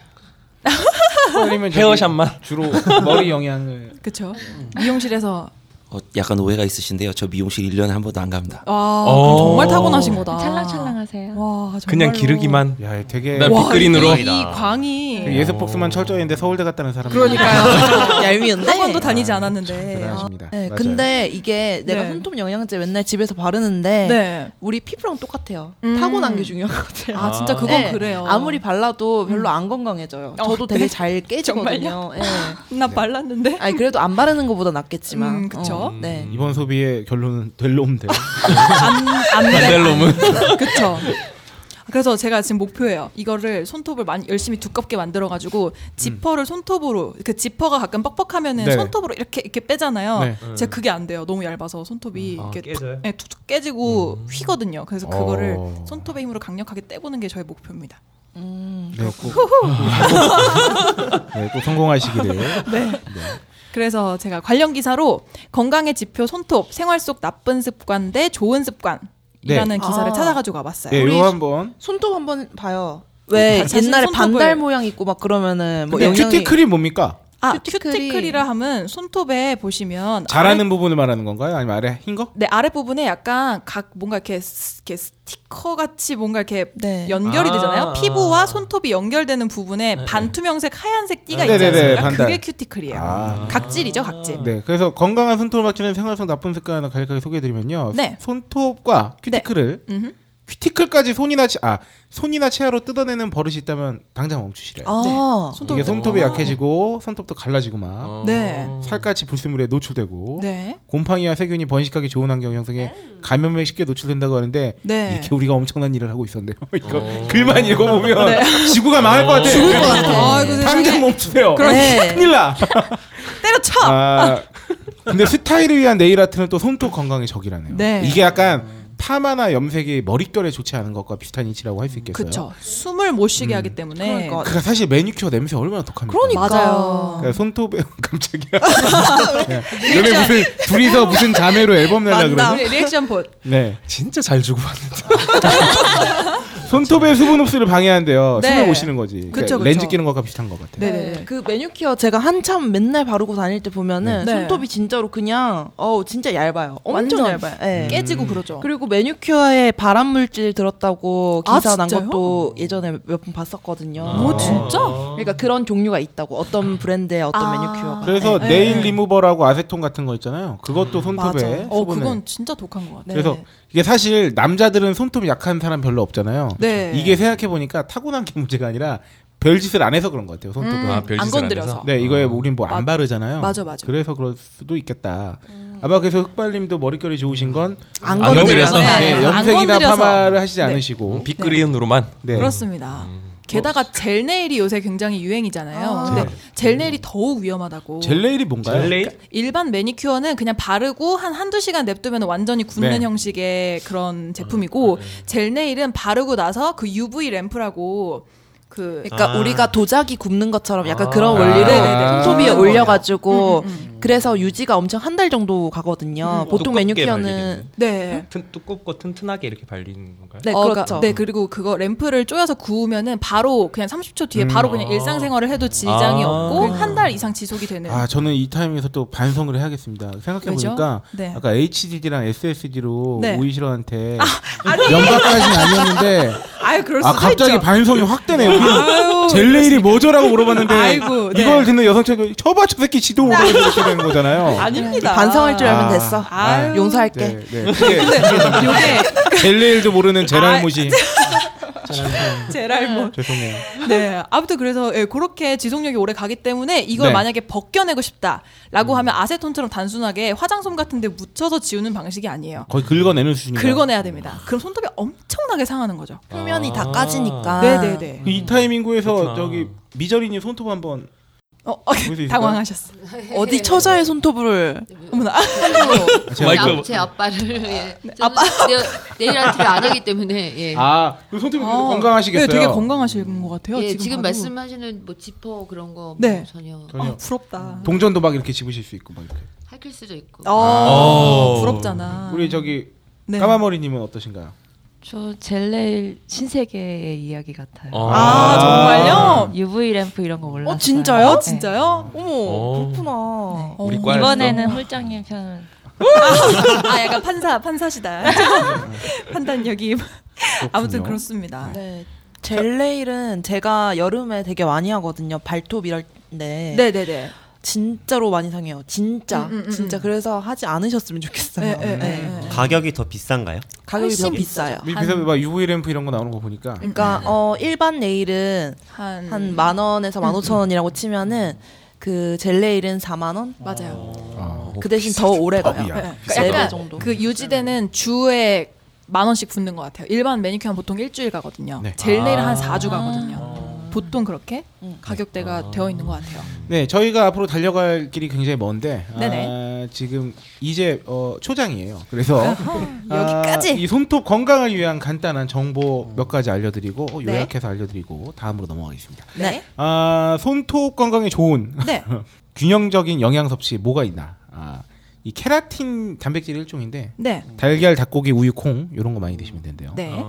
S6: 흑발님은 저기
S7: 헤어샵만
S6: 주로 머리 영양을
S2: 그렇죠.
S5: 음.
S2: 미용실에서
S10: 어, 약간 오해가 있으신데요. 저 미용실 1년에 한 번도 안 갑니다.
S2: 와
S7: 어.
S2: 아, 그럼 정말 타고나신 거다.
S5: 찰랑찰랑하세요.
S2: 와 정말로.
S7: 그냥 기르기만.
S6: 야, 되게 그
S7: 난
S2: 와,
S7: 빅그린으로.
S2: 이, 이 광이
S6: 예습 복수만 철저히 했는데 서울대 갔다는 사람
S2: 그러니까요.
S1: 얄미운데?
S2: 한 번도 다니지 않았는데. 아,
S6: 대단하십니다.
S1: 네,
S6: 맞아요.
S1: 근데 이게 내가
S2: 네.
S1: 손톱 영양제 맨날 집에서 바르는데
S2: 네.
S1: 우리 피부랑 똑같아요.
S2: 음.
S1: 타고난 게 중요하거든요.
S2: 아, 진짜 그건
S1: 네,
S2: 그래요. 음.
S1: 아무리 발라도 별로 안 건강해져요.
S2: 어,
S1: 저도 되게
S2: 네.
S1: 잘 깨지거든요. 예.
S2: 나 발랐는데.
S1: 아니 그래도 안 바르는 것보다 낫겠지만.
S2: 음, 그쵸.
S1: 어, 네.
S6: 이번 소비의 결론은 될놈 될.
S7: 안델롬은
S2: 그쵸. 그래서 제가 지금 목표예요. 이거를 손톱을 많이 열심히 두껍게 만들어가지고 지퍼를 손톱으로 그 지퍼가 가끔 뻑뻑하면은
S6: 음. 네.
S2: 손톱으로 이렇게 이렇게 빼잖아요.
S6: 네. 음.
S2: 제가 그게 안 돼요. 너무 얇아서 손톱이
S3: 아,
S2: 이렇게
S3: 깨져요?
S2: 툭, 네, 툭툭 깨지고 휘거든요. 그래서 그거를
S6: 어.
S2: 손톱의 힘으로 강력하게 떼보는 게 저의 목표입니다.
S6: 네, 꼭, 네, 꼭 성공하시기를.
S2: 네.
S6: 네.
S2: 그래서 제가 관련 기사로 건강의 지표 손톱 생활 속 나쁜 습관 대 좋은 습관이라는
S6: 네.
S2: 기사를
S1: 아.
S2: 찾아가지고 와봤어요.
S6: 네,
S1: 우리
S6: 요거 한번.
S1: 손톱 한번 봐요. 네, 왜
S2: 네, 자신
S1: 옛날에
S2: 손톱을-
S1: 반달 모양 있고 막 그러면은 뭐
S6: 근데
S1: 영양이
S6: 큐티클이 뭡니까?
S2: 아
S1: 큐티클이-
S2: 큐티클이라 하면 손톱에 보시면
S6: 잘하는 부분을 말하는 건가요? 아니면 아래 흰 거?
S2: 네 아랫 부분에 약간 각 뭔가 이렇게, 스- 이렇게 스티커 같이 뭔가 이렇게
S1: 네.
S2: 연결이
S7: 아.
S2: 되잖아요. 피부와 손톱이 연결되는 부분에 반투명색 하얀색 띠가
S6: 네. 아.
S2: 있지
S6: 네네네,
S2: 않습니까?
S6: 반달.
S2: 그게 큐티클이에요.
S6: 아.
S2: 각질이죠, 각질.
S6: 네, 그래서 건강한 손톱을 맞추는 생활성 나쁜 습관을 간략하게 소개해드리면요.
S2: 네.
S6: 손톱과 큐티클을
S2: 음흠.
S6: 큐티클까지 손이나 치, 아 손이나 치아로 뜯어내는 버릇이 있다면 당장 멈추시래요.
S1: 아,
S6: 이게
S2: 손톱이
S6: 손톱이
S7: 어.
S6: 약해지고 손톱도 갈라지고 막
S2: 네.
S6: 살갗이 불순물에 노출되고
S2: 네. 음.
S6: 곰팡이와 세균이 번식하기 좋은 환경 형성에 감염에 쉽게 노출된다고 하는데
S2: 네.
S6: 이렇게 우리가 엄청난 일을 하고 있었네요. 이거 글만 읽어보면 지구가 망할 것 같아. 네.
S2: 죽을 네. 것 같아. 아이고, 세상에.
S6: 당장 멈추세요.
S12: 그러니까.
S1: 그러네.
S6: 큰일 나.
S2: 네. 때려쳐.
S6: 아, 근데 스타일을 위한 네일 아트는 또 손톱 건강의 적이라네요.
S2: 네.
S6: 이게 약간 파마나 염색이 머릿결에 좋지 않은 것과 비슷한 이치라고 할 수 있겠어요.
S2: 그쵸. 네. 숨을 못 쉬게 하기 때문에.
S1: 그러니까.
S6: 그러니까 사실 매니큐어 냄새 얼마나 독합니까?
S1: 그러니까.
S2: 맞아요.
S6: 그러니까 손톱에 깜짝이야. 네. 얘네 무슨 둘이서 무슨 자매로 앨범 내려
S2: 맞다.
S6: 그러는?
S2: 우리 리액션 봇.
S6: 네.
S7: 진짜 잘 주고 왔는데.
S6: 손톱의 수분 흡수를 방해한대요.
S2: 네.
S6: 숨을 못 쉬는 거지. 그러니까
S2: 그쵸, 그쵸.
S6: 렌즈 끼는 것과 비슷한 것 같아요.
S2: 네.
S1: 네. 그 매니큐어 제가 한참 맨날 바르고 다닐 때 보면은
S2: 네.
S1: 손톱이 진짜로 그냥 어우 진짜 얇아요. 엄청
S2: 완전
S1: 얇아요.
S6: 음.
S1: 예.
S2: 깨지고 그러죠.
S1: 그리고 매니큐어에 발암 물질 들었다고
S2: 아,
S1: 기사 난
S2: 진짜요?
S1: 것도 예전에 몇 번 봤었거든요.
S2: 어, 진짜?
S1: 그러니까 그런 종류가 있다고 어떤 브랜드의 어떤
S2: 아.
S1: 매니큐어가.
S6: 그래서
S2: 네.
S6: 네일 리무버라고 아세톤 같은 거 있잖아요. 그것도 손톱에
S2: 맞아. 어,
S6: 수분을
S2: 그건 진짜 독한 것 같아.
S1: 네.
S6: 그래서 이게 사실 남자들은 손톱이 약한 사람 별로 없잖아요.
S2: 네.
S6: 이게 생각해 보니까 타고난 게 문제가 아니라 별짓을 안 해서 그런 것 같아요. 손톱을.
S7: 아,
S2: 음, 안
S7: 별짓을
S2: 건드려서.
S7: 안 해서? 아.
S6: 네, 이거에 우린 뭐
S2: 맞-
S6: 안 바르잖아요.
S2: 맞아, 음. 맞아.
S6: 그래서 그럴 수도 있겠다. 아마 그래서 흑발님도 머릿결이 좋으신 건
S1: 안
S7: 안
S1: 건드려서.
S7: 건드려서.
S2: 네,
S6: 네,
S2: 안
S6: 염색이나
S2: 건드려서.
S6: 파마를 하시지
S2: 네.
S7: 음,
S6: 않으시고.
S7: 빅그린으로만.
S6: 뭐. 네.
S2: 그렇습니다. 게다가 젤 네일이 요새 굉장히 유행이잖아요. 근데 젤 네일이 더욱 위험하다고. 그러니까
S6: 젤레일이 뭔가요? 그러니까
S2: 일반 매니큐어는 그냥 바르고 한 한두 시간 냅두면 완전히 굳는
S6: 네. 아,
S2: 형식의 그런 제품이고 젤 네일은 바르고 나서 그 UV 램프라고 그
S1: 그러니까
S8: 아.
S1: 우리가 도자기 굽는 것처럼 약간
S8: 아.
S1: 그런
S2: 네네네.
S1: 원리를 손톱 위에
S2: 굽는
S1: 올려가지고
S2: 거예요. 음,
S1: 그래서 유지가 엄청 한 달 정도
S7: 음,
S2: 어,
S1: 가거든요. 보통 매니큐어는
S2: 네.
S7: 튼, 두껍고 튼튼하게 이렇게 발리는 건가요?
S1: 네
S2: 어, 그러니까-
S1: 그렇죠.
S2: 네, 그리고 그거 램프를 쪼여서 구우면은 바로 그냥 30초 뒤에 바로 그냥 일상생활을 해도 지장이
S7: 아.
S2: 없고 한 달 이상 지속이 되는.
S6: 아, 저는 이 타이밍에서 또 반성을 해야겠습니다. 생각해 보니까
S2: 왜죠? 네.
S6: 아까 HDD랑 SSD로
S2: 네.
S6: 오이시러한테 연락까지는 아니었는데
S2: 아유, 네, 그럴 수도
S6: 아 갑자기
S2: 있죠.
S6: 반성이 확 되네요.
S2: 아유,
S6: 젤레일이 뭐죠라고 물어봤는데
S2: 아이고, 네.
S6: 이걸 듣는 여성 친구 저봐 저 새끼 지도 모르는 되는 거잖아요.
S2: 아닙니다.
S1: 반성할 줄 알면
S6: 어. 아.
S1: 됐어.
S2: 아유.
S1: 용서할게.
S6: 네, 네. 그게
S2: 근데 네, 요게 아,
S6: 젤레일도 모르는 제랄못이
S2: 제랄몬.
S6: 죄송해요.
S2: 네. 아무튼 그래서 예, 그렇게 지속력이 오래 가기 때문에 이걸
S6: 네.
S2: 만약에 벗겨내고 싶다라고 하면 아세톤처럼 단순하게 화장솜 같은 데 묻혀서 지우는 방식이 아니에요.
S6: 거의 긁어내는 수준이에요.
S2: 긁어내야 됩니다. 그럼 손톱이 엄청나게 상하는 거죠.
S1: 표면이
S6: 아.
S1: 다 까지니까.
S2: 아. 네네네.
S6: 그 이 타이밍구에서
S1: 그렇구나.
S6: 저기 미저리님 손톱 한번
S2: 어, 어,
S6: 보일 수 있을까요?
S2: 당황하셨어.
S11: 네.
S1: 어디 처자의 손톱을
S2: 어머나.
S11: 제, 아, 제 아빠를 예. 아빠 내, 내일 아침에 안 하기 때문에 예.
S6: 아, 그 손톱이 그래도
S2: 아,
S6: 건강하시겠어요.
S2: 네, 되게 건강하신 것 같아요.
S11: 예, 지금,
S2: 봐도.
S11: 말씀하시는 뭐 지퍼 그런 거뭐
S2: 네.
S11: 전혀
S6: 전혀.
S2: 아, 부럽다.
S6: 동전도 막 이렇게 집으실 수 있고 막 이렇게.
S11: 할킬 수도 있고.
S5: 아, 부럽잖아.
S6: 우리 저기
S5: 네.
S6: 까마머리님은 어떠신가요?
S5: 저 젤레일 신세계의 이야기 같아요.
S6: 아, 정말요?
S5: UV 램프 이런 거 몰랐어요.
S2: 어,
S1: 네.
S2: 진짜요? 진짜요? 어머,
S7: 오.
S2: 그렇구나.
S6: 네.
S5: 우리 과에서? 이번에는 홀장님 편.
S2: 아, 약간 판사, 판사시다. 판단력이. 아무튼 그렇습니다.
S1: 네. 젤레일은 제가 여름에 되게 많이 하거든요. 발톱 이럴 때.
S2: 네네네.
S1: 진짜로 많이 상해요. 진짜.
S2: 음, 음, 음,
S1: 진짜
S2: 음. 예,
S1: 그래서 하지 않으셨으면 좋겠어요. 네,
S9: 가격이 더 비싼가요?
S1: 가격이 더 비싸요.
S6: 미-
S1: 한-
S6: 비싸면 막 UV 램프 이런 거 나오는 거 보니까.
S1: 그러니까 어 일반 네일은
S2: 네. 한
S1: 한 만 원에서 만 오천 원이라고 치면은 그 젤레일은 4만 원?
S2: 맞아요.
S6: 어,
S1: 그 대신 더 오래
S6: 아,
S2: 네.
S1: 가요. 네.
S2: 그러니까
S1: 세배
S2: 약간
S1: 정도.
S2: 그
S6: 네.
S2: 유지되는 주에 만 원씩 붙는 것 같아요. 일반 매니큐어는 보통 일주일 가거든요.
S6: 네.
S2: 젤레일은
S6: 아.
S2: 한 4주 가거든요. 보통 그렇게
S5: 음.
S2: 가격대가 되어 있는 것 같아요.
S6: 네, 저희가 앞으로 달려갈 길이 굉장히 먼데 아,
S2: 네네.
S6: 지금 이제 어, 초장이에요. 그래서
S2: 그러니까, 여기까지. 음.
S6: 아, 이 손톱 건강을 위한 간단한 정보 몇 가지 알려드리고 어,
S2: 네.
S6: 요약해서 알려드리고 다음으로 넘어가겠습니다.
S2: 네.
S6: 아, 손톱 건강에 좋은
S2: 네.
S6: 균형적인 영양 섭취 뭐가 있나? 아, 이 케라틴 단백질 일종인데
S2: 네.
S6: 달걀, 닭고기, 우유, 콩 이런 거 많이 드시면 된대요.
S2: 네.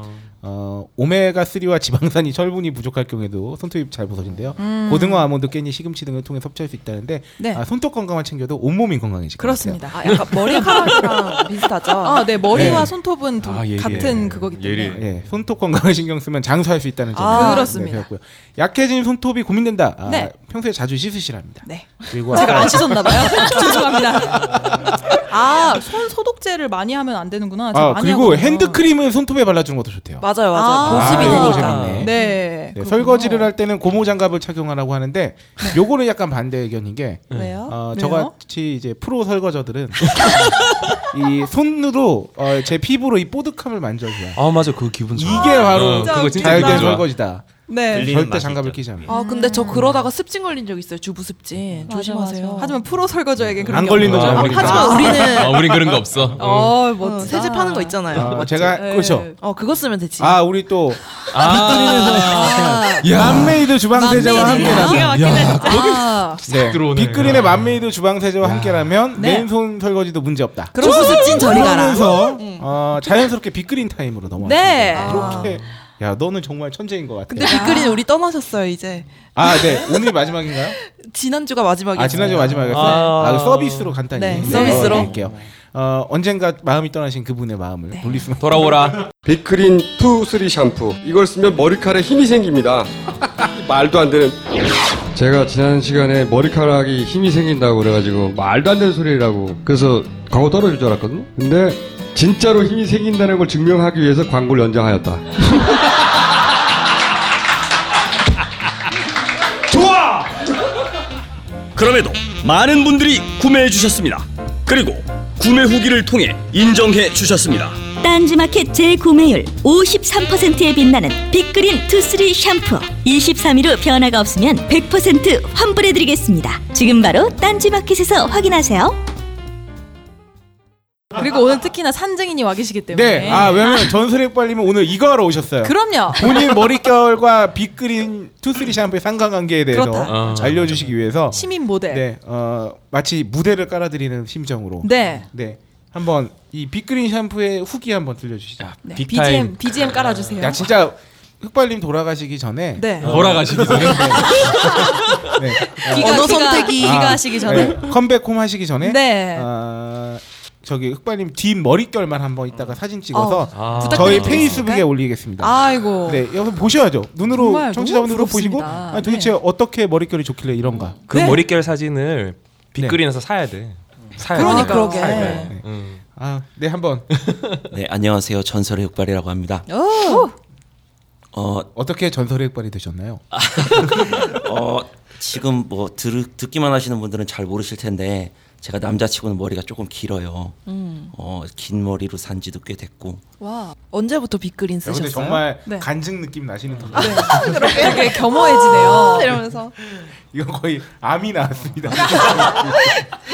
S6: 어, 오메가 3와 지방산이 철분이 부족할 경우에도 손톱이 잘 부서진대요.
S2: 음.
S6: 고등어, 아몬드, 깻잎, 시금치 등을 통해 섭취할 수 있다는데
S2: 네.
S6: 아, 손톱 건강만 챙겨도 온몸이 건강해질 것
S2: 그렇습니다.
S6: 같아요.
S2: 아, 약간 머리카락이랑
S1: 네. 비슷하죠.
S2: 아, 네. 머리와
S6: 네.
S2: 손톱은 동-
S6: 아, 예, 예.
S2: 같은 그거기 때문에.
S6: 예, 손톱 건강에 신경 쓰면 장수할 수 있다는 점.
S2: 아, 그렇습니다.
S6: 고 약해진 손톱이 고민된다. 아,
S2: 네.
S6: 평소에 자주 씻으시랍니다.
S2: 네.
S6: 그리고
S2: 제가
S6: 아까-
S2: 안 씻었나 봐요. 죄송합니다. 아, 손 소독제를 많이 하면 안 되는구나. 제가
S6: 아,
S2: 많이
S6: 그리고
S2: 하거든요.
S6: 핸드크림을 손톱에 발라주는 것도 좋대요.
S1: 맞아요,
S2: 맞아요. 보습이
S6: 이거
S2: 되니까. 네,
S6: 재밌네. 네,
S2: 그렇군요.
S6: 설거지를 할 때는 고무 장갑을 착용하라고 하는데 요거는 약간 반대 의견인 게
S2: 왜요?
S6: 어,
S2: 왜요?
S6: 저같이 이제 프로 설거저들은 이 손으로 어, 제 피부로 이 뽀득함을 만져줘요.
S7: 아 맞아 그 기분 좋아.
S6: 이게 바로
S7: 어, 그거 진짜
S6: 잘된
S7: 기분 좋아.
S6: 설거지다.
S2: 네.
S6: 절대
S2: 들리는 맛이
S6: 장갑을 끼지 않아.
S1: 아 근데 저 그러다가 습진 걸린 적 있어요. 주부 습진. 조심하세요.
S2: 음. 하지만 프로 설거지에겐 그런
S6: 안
S2: 게
S6: 걸리는
S2: 없구나.
S6: 줄
S2: 아,
S6: 알고
S2: 하지만
S6: 그러니까.
S2: 우리는
S7: 아 우린 그런 거 없어.
S2: 어,
S1: 어,
S2: 멋지다.
S1: 새집 하는 거 있잖아요.
S6: 아,
S1: 맞지?
S6: 제가-
S1: 네.
S6: 그렇죠.
S1: 어 그거 쓰면 되지.
S6: 아 우리 또
S7: 아,
S6: 야. 만메이드 주방세제와
S1: 만메이드.
S6: 함께라면
S1: 아, 기가 막히네,
S6: 야,
S1: 진짜.
S6: 거기
S2: 아.
S6: 네.
S7: 들어오네.
S6: 빅그린의 만메이드 주방세제와 함께라면
S2: 네.
S6: 맨손 설거지도 문제 없다.
S1: 그럼 수습진 저리 가라. 네.
S6: 그러면서 어, 자연스럽게 빅그린 타임으로 넘어왔습니다.
S2: 네.
S6: 이렇게 야 너는 정말 천재인 것 같아.
S1: 근데 빅그린 우리 떠나셨어요 이제.
S6: 아, 네. 오늘 마지막인가요?
S1: 지난주가 마지막이었어요.
S6: 아, 지난주 마지막이었어요.
S7: 아.
S6: 아, 서비스로 간단히
S1: 네, 서비스로.
S6: 드릴게요. 어, 언젠가 마음이 떠나신 그분의 마음을
S1: 네.
S6: 돌릴 수만
S7: 돌아오라.
S13: 비크린 투 쓰리 샴푸 이걸 쓰면 머리카락에 힘이 생깁니다 말도 안 되는 제가 지난 시간에 머리카락이 힘이 생긴다고 그래가지고 말도 안 되는 소리라고 그래서 광고 떨어질 줄 알았거든요 근데 진짜로 힘이 생긴다는 걸 증명하기 위해서 광고를 연장하였다
S12: 좋아! 그럼에도 많은 분들이 구매해 주셨습니다. 그리고 구매 후기를 통해 인정해 주셨습니다.
S14: 딴지마켓 재구매율 53%에 빛나는 빅그린 투쓰리 샴푸 23일 후 변화가 없으면 100% 환불해드리겠습니다 지금 바로 딴지마켓에서 확인하세요
S2: 그리고 오늘 특히나 산증인이 와 계시기 때문에.
S6: 네. 아, 왜냐면 전설의 빨리면 오늘 이거 하러 오셨어요.
S2: 그럼요.
S6: 본인 머릿결과 빅그린 투쓰리 샴푸의 상관관계에 대해서
S7: 아.
S2: 그렇다.
S6: 어. 알려주시기 위해서
S2: 시민 모델.
S6: 네, 어, 마치 무대를 깔아드리는 심정으로
S2: 네.
S6: 네, 한번 이 빅그린 샴푸의 후기 한번 들려주시죠.
S2: 네, BGM BGM 깔아 주세요.
S6: 야 진짜 흑발님 돌아가시기 전에
S2: 네.
S7: 어, 돌아가시기 전에?
S6: 네. 아,
S2: 기가- 언어 기가- 선택이- 기가 하시기 전에?
S6: 컴백홈 하시기 전에
S2: 네.
S6: 아, 저기 흑발님 뒷 머릿결만 한번 이따가 사진 찍어서
S7: 아.
S6: 저희
S7: 부탁드리겠습니다.
S6: 페이스북에 올리겠습니다.
S2: 아이고.
S6: 네, 여러분 보셔야죠. 눈으로
S2: 정말
S6: 청취자분으로
S2: 너무
S6: 보시고
S2: 부럽습니다. 네.
S6: 아니, 도대체 어떻게 머릿결이 좋길래 이런가?
S7: 그 머릿결 사진을 빅그린에서 사야 돼. 사야 돼.
S6: 그러니까. 그러게.
S7: 사야 돼.
S6: 네.
S7: 음.
S6: 아, 네 한번.
S10: 네 안녕하세요 전설의 흑발이라고 합니다.
S2: 오.
S10: 어,
S6: 어떻게 전설의 흑발이 되셨나요?
S10: 아, 어, 지금 뭐 들, 듣기만 하시는 분들은 잘 모르실 텐데 제가 남자치고는 머리가 조금 길어요.
S1: 음.
S10: 어, 긴 머리로 산 지도 꽤 됐고.
S1: 와 언제부터 빗그린
S6: 야,
S1: 쓰셨어요? 네.
S6: 근데 정말 간증 느낌 나시는
S2: 네.
S6: 분.
S2: 되게 겸허해지네요. 아,
S1: 이러면서
S6: 이거 거의 암이 나왔습니다.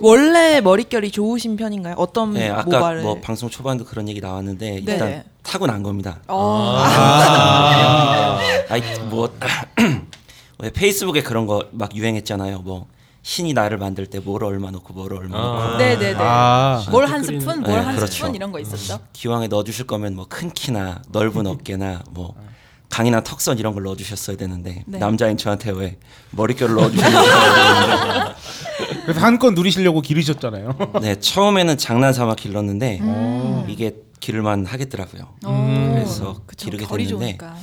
S1: 원래 머릿결이 좋으신 편인가요?
S2: 음,
S1: 어떤
S10: 네, 아까
S1: 모발을?
S10: 뭐 방송 초반도 그런 얘기 나왔는데
S1: 네.
S10: 일단 타고난 겁니다.
S1: 어.
S10: 아. 아이 뭐 왜 페이스북에 그런 거 막 유행했잖아요. 뭐 신이 나를 만들 때 뭐를 얼마 넣고 뭐를 얼마
S2: 아.
S10: 넣고.
S2: 네네네. 아. 뭘한 스푼,
S6: 네,
S2: 뭘한
S10: 그렇죠.
S2: 스푼 이런 거 있었죠?
S10: 기왕에 넣어주실 거면 뭐 큰 키나 넓은 어깨나 뭐 강이나 턱선 이런 걸 넣어주셨어야 되는데
S2: 네.
S10: 남자인 저한테 왜 머릿결을 넣어주셨는지
S6: 그래서 한껏 누리시려고 기르셨잖아요.
S10: 네 처음에는 장난삼아 길렀는데
S6: 음.
S10: 이게 기를만 하겠더라고요.
S6: 음.
S10: 그래서 기르게
S2: 결이
S10: 됐는데
S2: 좋으니까.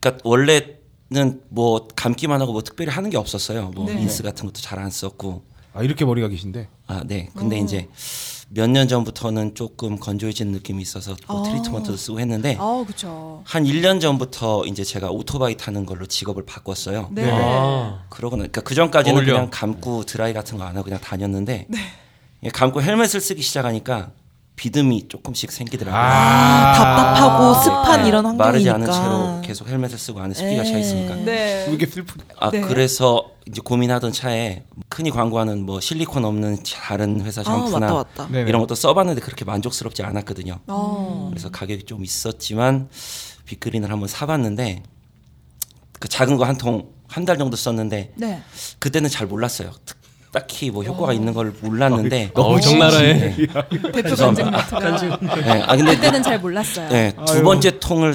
S10: 그러니까 원래는 뭐 감기만 하고 뭐 특별히 하는 게 없었어요. 뭐
S6: 네.
S10: 인스 같은 것도 잘 안 썼고.
S6: 아 이렇게 머리가 기신데.
S10: 아 네. 근데
S6: 오.
S10: 이제 몇 년 전부터는 조금 건조해진 느낌이 있어서 뭐
S2: 아.
S10: 트리트먼트도 쓰고 했는데
S2: 아, 그렇죠.
S10: 한 1년 전부터 이제 제가 오토바이 타는 걸로 직업을 바꿨어요.
S2: 네. 아.
S10: 그러고 나니까 그 전까지는
S7: 어울려.
S10: 그냥 감고 드라이 같은 거 안 하고 그냥 다녔는데
S1: 네.
S10: 예, 감고 헬멧을 쓰기 시작하니까 비듬이 조금씩 생기더라고요. 예,
S1: 아, 답답하고 습한 이런
S10: 마르지
S1: 환경이니까.
S10: 않은 채로 계속 헬멧을 쓰고 안에 습기가
S1: 네.
S10: 차 있으니까.
S1: 네.
S6: 이게 슬프다.
S10: 아
S1: 네.
S10: 그래서 이제 고민하던 차에 흔히 광고하는 뭐 실리콘 없는 다른 회사
S1: 아,
S10: 샴푸나
S1: 맞다, 맞다. 네네.
S10: 이런 것도 써봤는데 그렇게 만족스럽지 않았거든요.
S1: 아.
S10: 그래서 가격이 좀 있었지만 빅그린을 한번 사봤는데 그 작은 거 한 통 한 달 정도 썼는데
S2: 네. 어.
S10: 그때는 잘 몰랐어요. 특- 딱히 뭐 효과가 있는 걸 몰랐는데
S7: 어, 너무 적나라해.
S2: 대표
S10: 죄송합니다.
S2: 간증 멘트가.
S10: 네, 아, 근데
S2: 그때는 잘 몰랐어요.
S10: 네, 두
S2: 아유.
S10: 번째 통을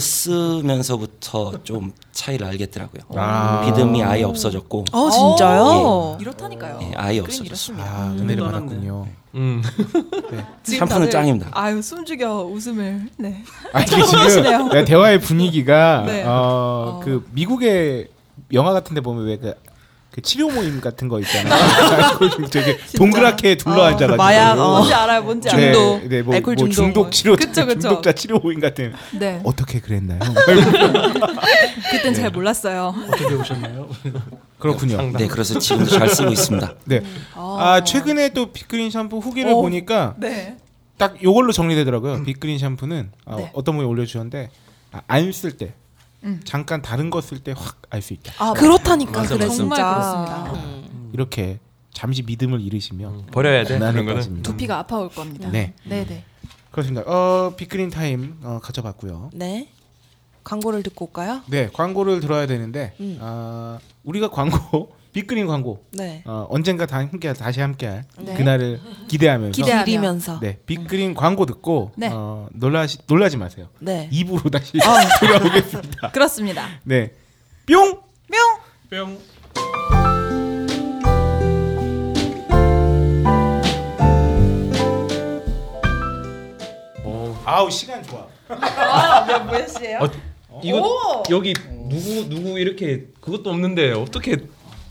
S10: 쓰면서부터 좀 차이를 알겠더라고요.
S6: 아.
S10: 비듬이 아예 없어졌고.
S2: 어, 진짜요?
S10: 예.
S2: 이렇다니까요.
S10: 예, 아예
S2: 그림
S10: 없어졌어요.
S2: 이렇습니다.
S6: 아, 네. 은혜를 받았군요.
S7: 음.
S2: 지금
S10: 샴푸는
S2: 다들-
S10: 짱입니다.
S2: 아유 숨죽여 웃음을. 네.
S6: 아 이게 지금 네, 대화의 분위기가
S2: 네.
S6: 어, 그 미국의 영화 같은데 보면 왜그 그 치료 모임 같은 거 있잖아요. 그걸 되게 동그랗게 둘러 앉아가지고
S2: 어, 마약, 어. 뭔지 알아요, 뭔지 알아요.
S6: 네,
S2: 중독,
S6: 네, 뭐,
S2: 알코올
S6: 뭐
S2: 중독
S6: 중독
S2: 뭐.
S6: 치료
S2: 그쵸, 그쵸.
S6: 중독자 치료 모임 같은.
S2: 네.
S6: 어떻게 그랬나요?
S2: 그땐
S6: 네.
S2: 잘 몰랐어요.
S8: 어떻게 오셨나요?
S6: 그렇군요.
S10: 네, 그래서 지금도 잘 쓰고 있습니다.
S6: 네. 아 최근에 또 빅그린 샴푸 후기를
S2: 어,
S6: 보니까
S2: 네.
S6: 딱 요걸로 정리되더라고요. 빅그린 샴푸는 아,
S2: 네.
S6: 어떤 분이 올려주셨는데 아, 안쓸 때.
S2: 음.
S6: 잠깐 다른 거 쓸 때 확 알 수 있다. 네.
S1: 아, 그렇다니까, 맞아, 그래, 맞아.
S2: 정말
S1: 진짜.
S2: 그렇습니다.
S6: 이렇게 잠시 믿음을 잃으시면
S7: 버려야 돼,
S6: 고난에
S7: 그런 거는.
S6: 빠집니다.
S2: 두피가 아파올 겁니다.
S6: 네.
S1: 네, 네.
S6: 아, 그렇습니다. 어, 빅그린 타임 어, 가져봤고요.
S1: 네. 광고를 듣고 올까요?
S6: 네, 광고를 들어야 되는데
S1: 음.
S6: 아, 우리가 광고 빅그린 광고
S1: 네.
S6: 어, 언젠가 다 함께 다시 함께할
S1: 네.
S6: 그날을 기대하면서
S1: 기대하며. 기리면서.
S6: 네, 빅그린 광고 듣고
S2: 네.
S6: 어, 놀라시 놀라지 마세요.
S1: 네.
S6: 2부로 다시
S2: 아.
S6: 돌아오겠습니다.
S2: 그렇습니다.
S6: 네, 뿅.
S2: 뿅.
S8: 뿅.
S2: 어.
S6: 아우 시간 좋아.
S2: 몇 시예요?
S7: 어, 이거
S2: 오!
S7: 여기 누구 누구 이렇게 그것도 없는데 어떻게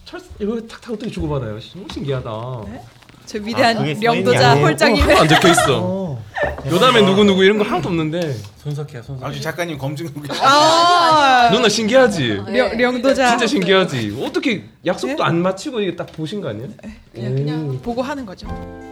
S7: 철 이거 탁탁 어떻게 주고받아요? 너무 신기하다.
S2: 저 네? 위대한
S7: 아, 그게
S10: 예.
S2: 명도자
S7: 소인이
S2: 홀장님.
S7: 아니에요? 어, 안 적혀 있어. 요담에 누구 누구 이런 거 하나도 없는데.
S8: 손석희야 손석희.
S6: 아주 작가님 검증 후기.
S2: 아.
S7: 누나 신기하지.
S2: 령- 명도자.
S7: 진짜 신기하지. 어떻게 약속도 안 마치고 이게 딱 보신 거 아니야?
S2: 그냥 보고 하는 거죠.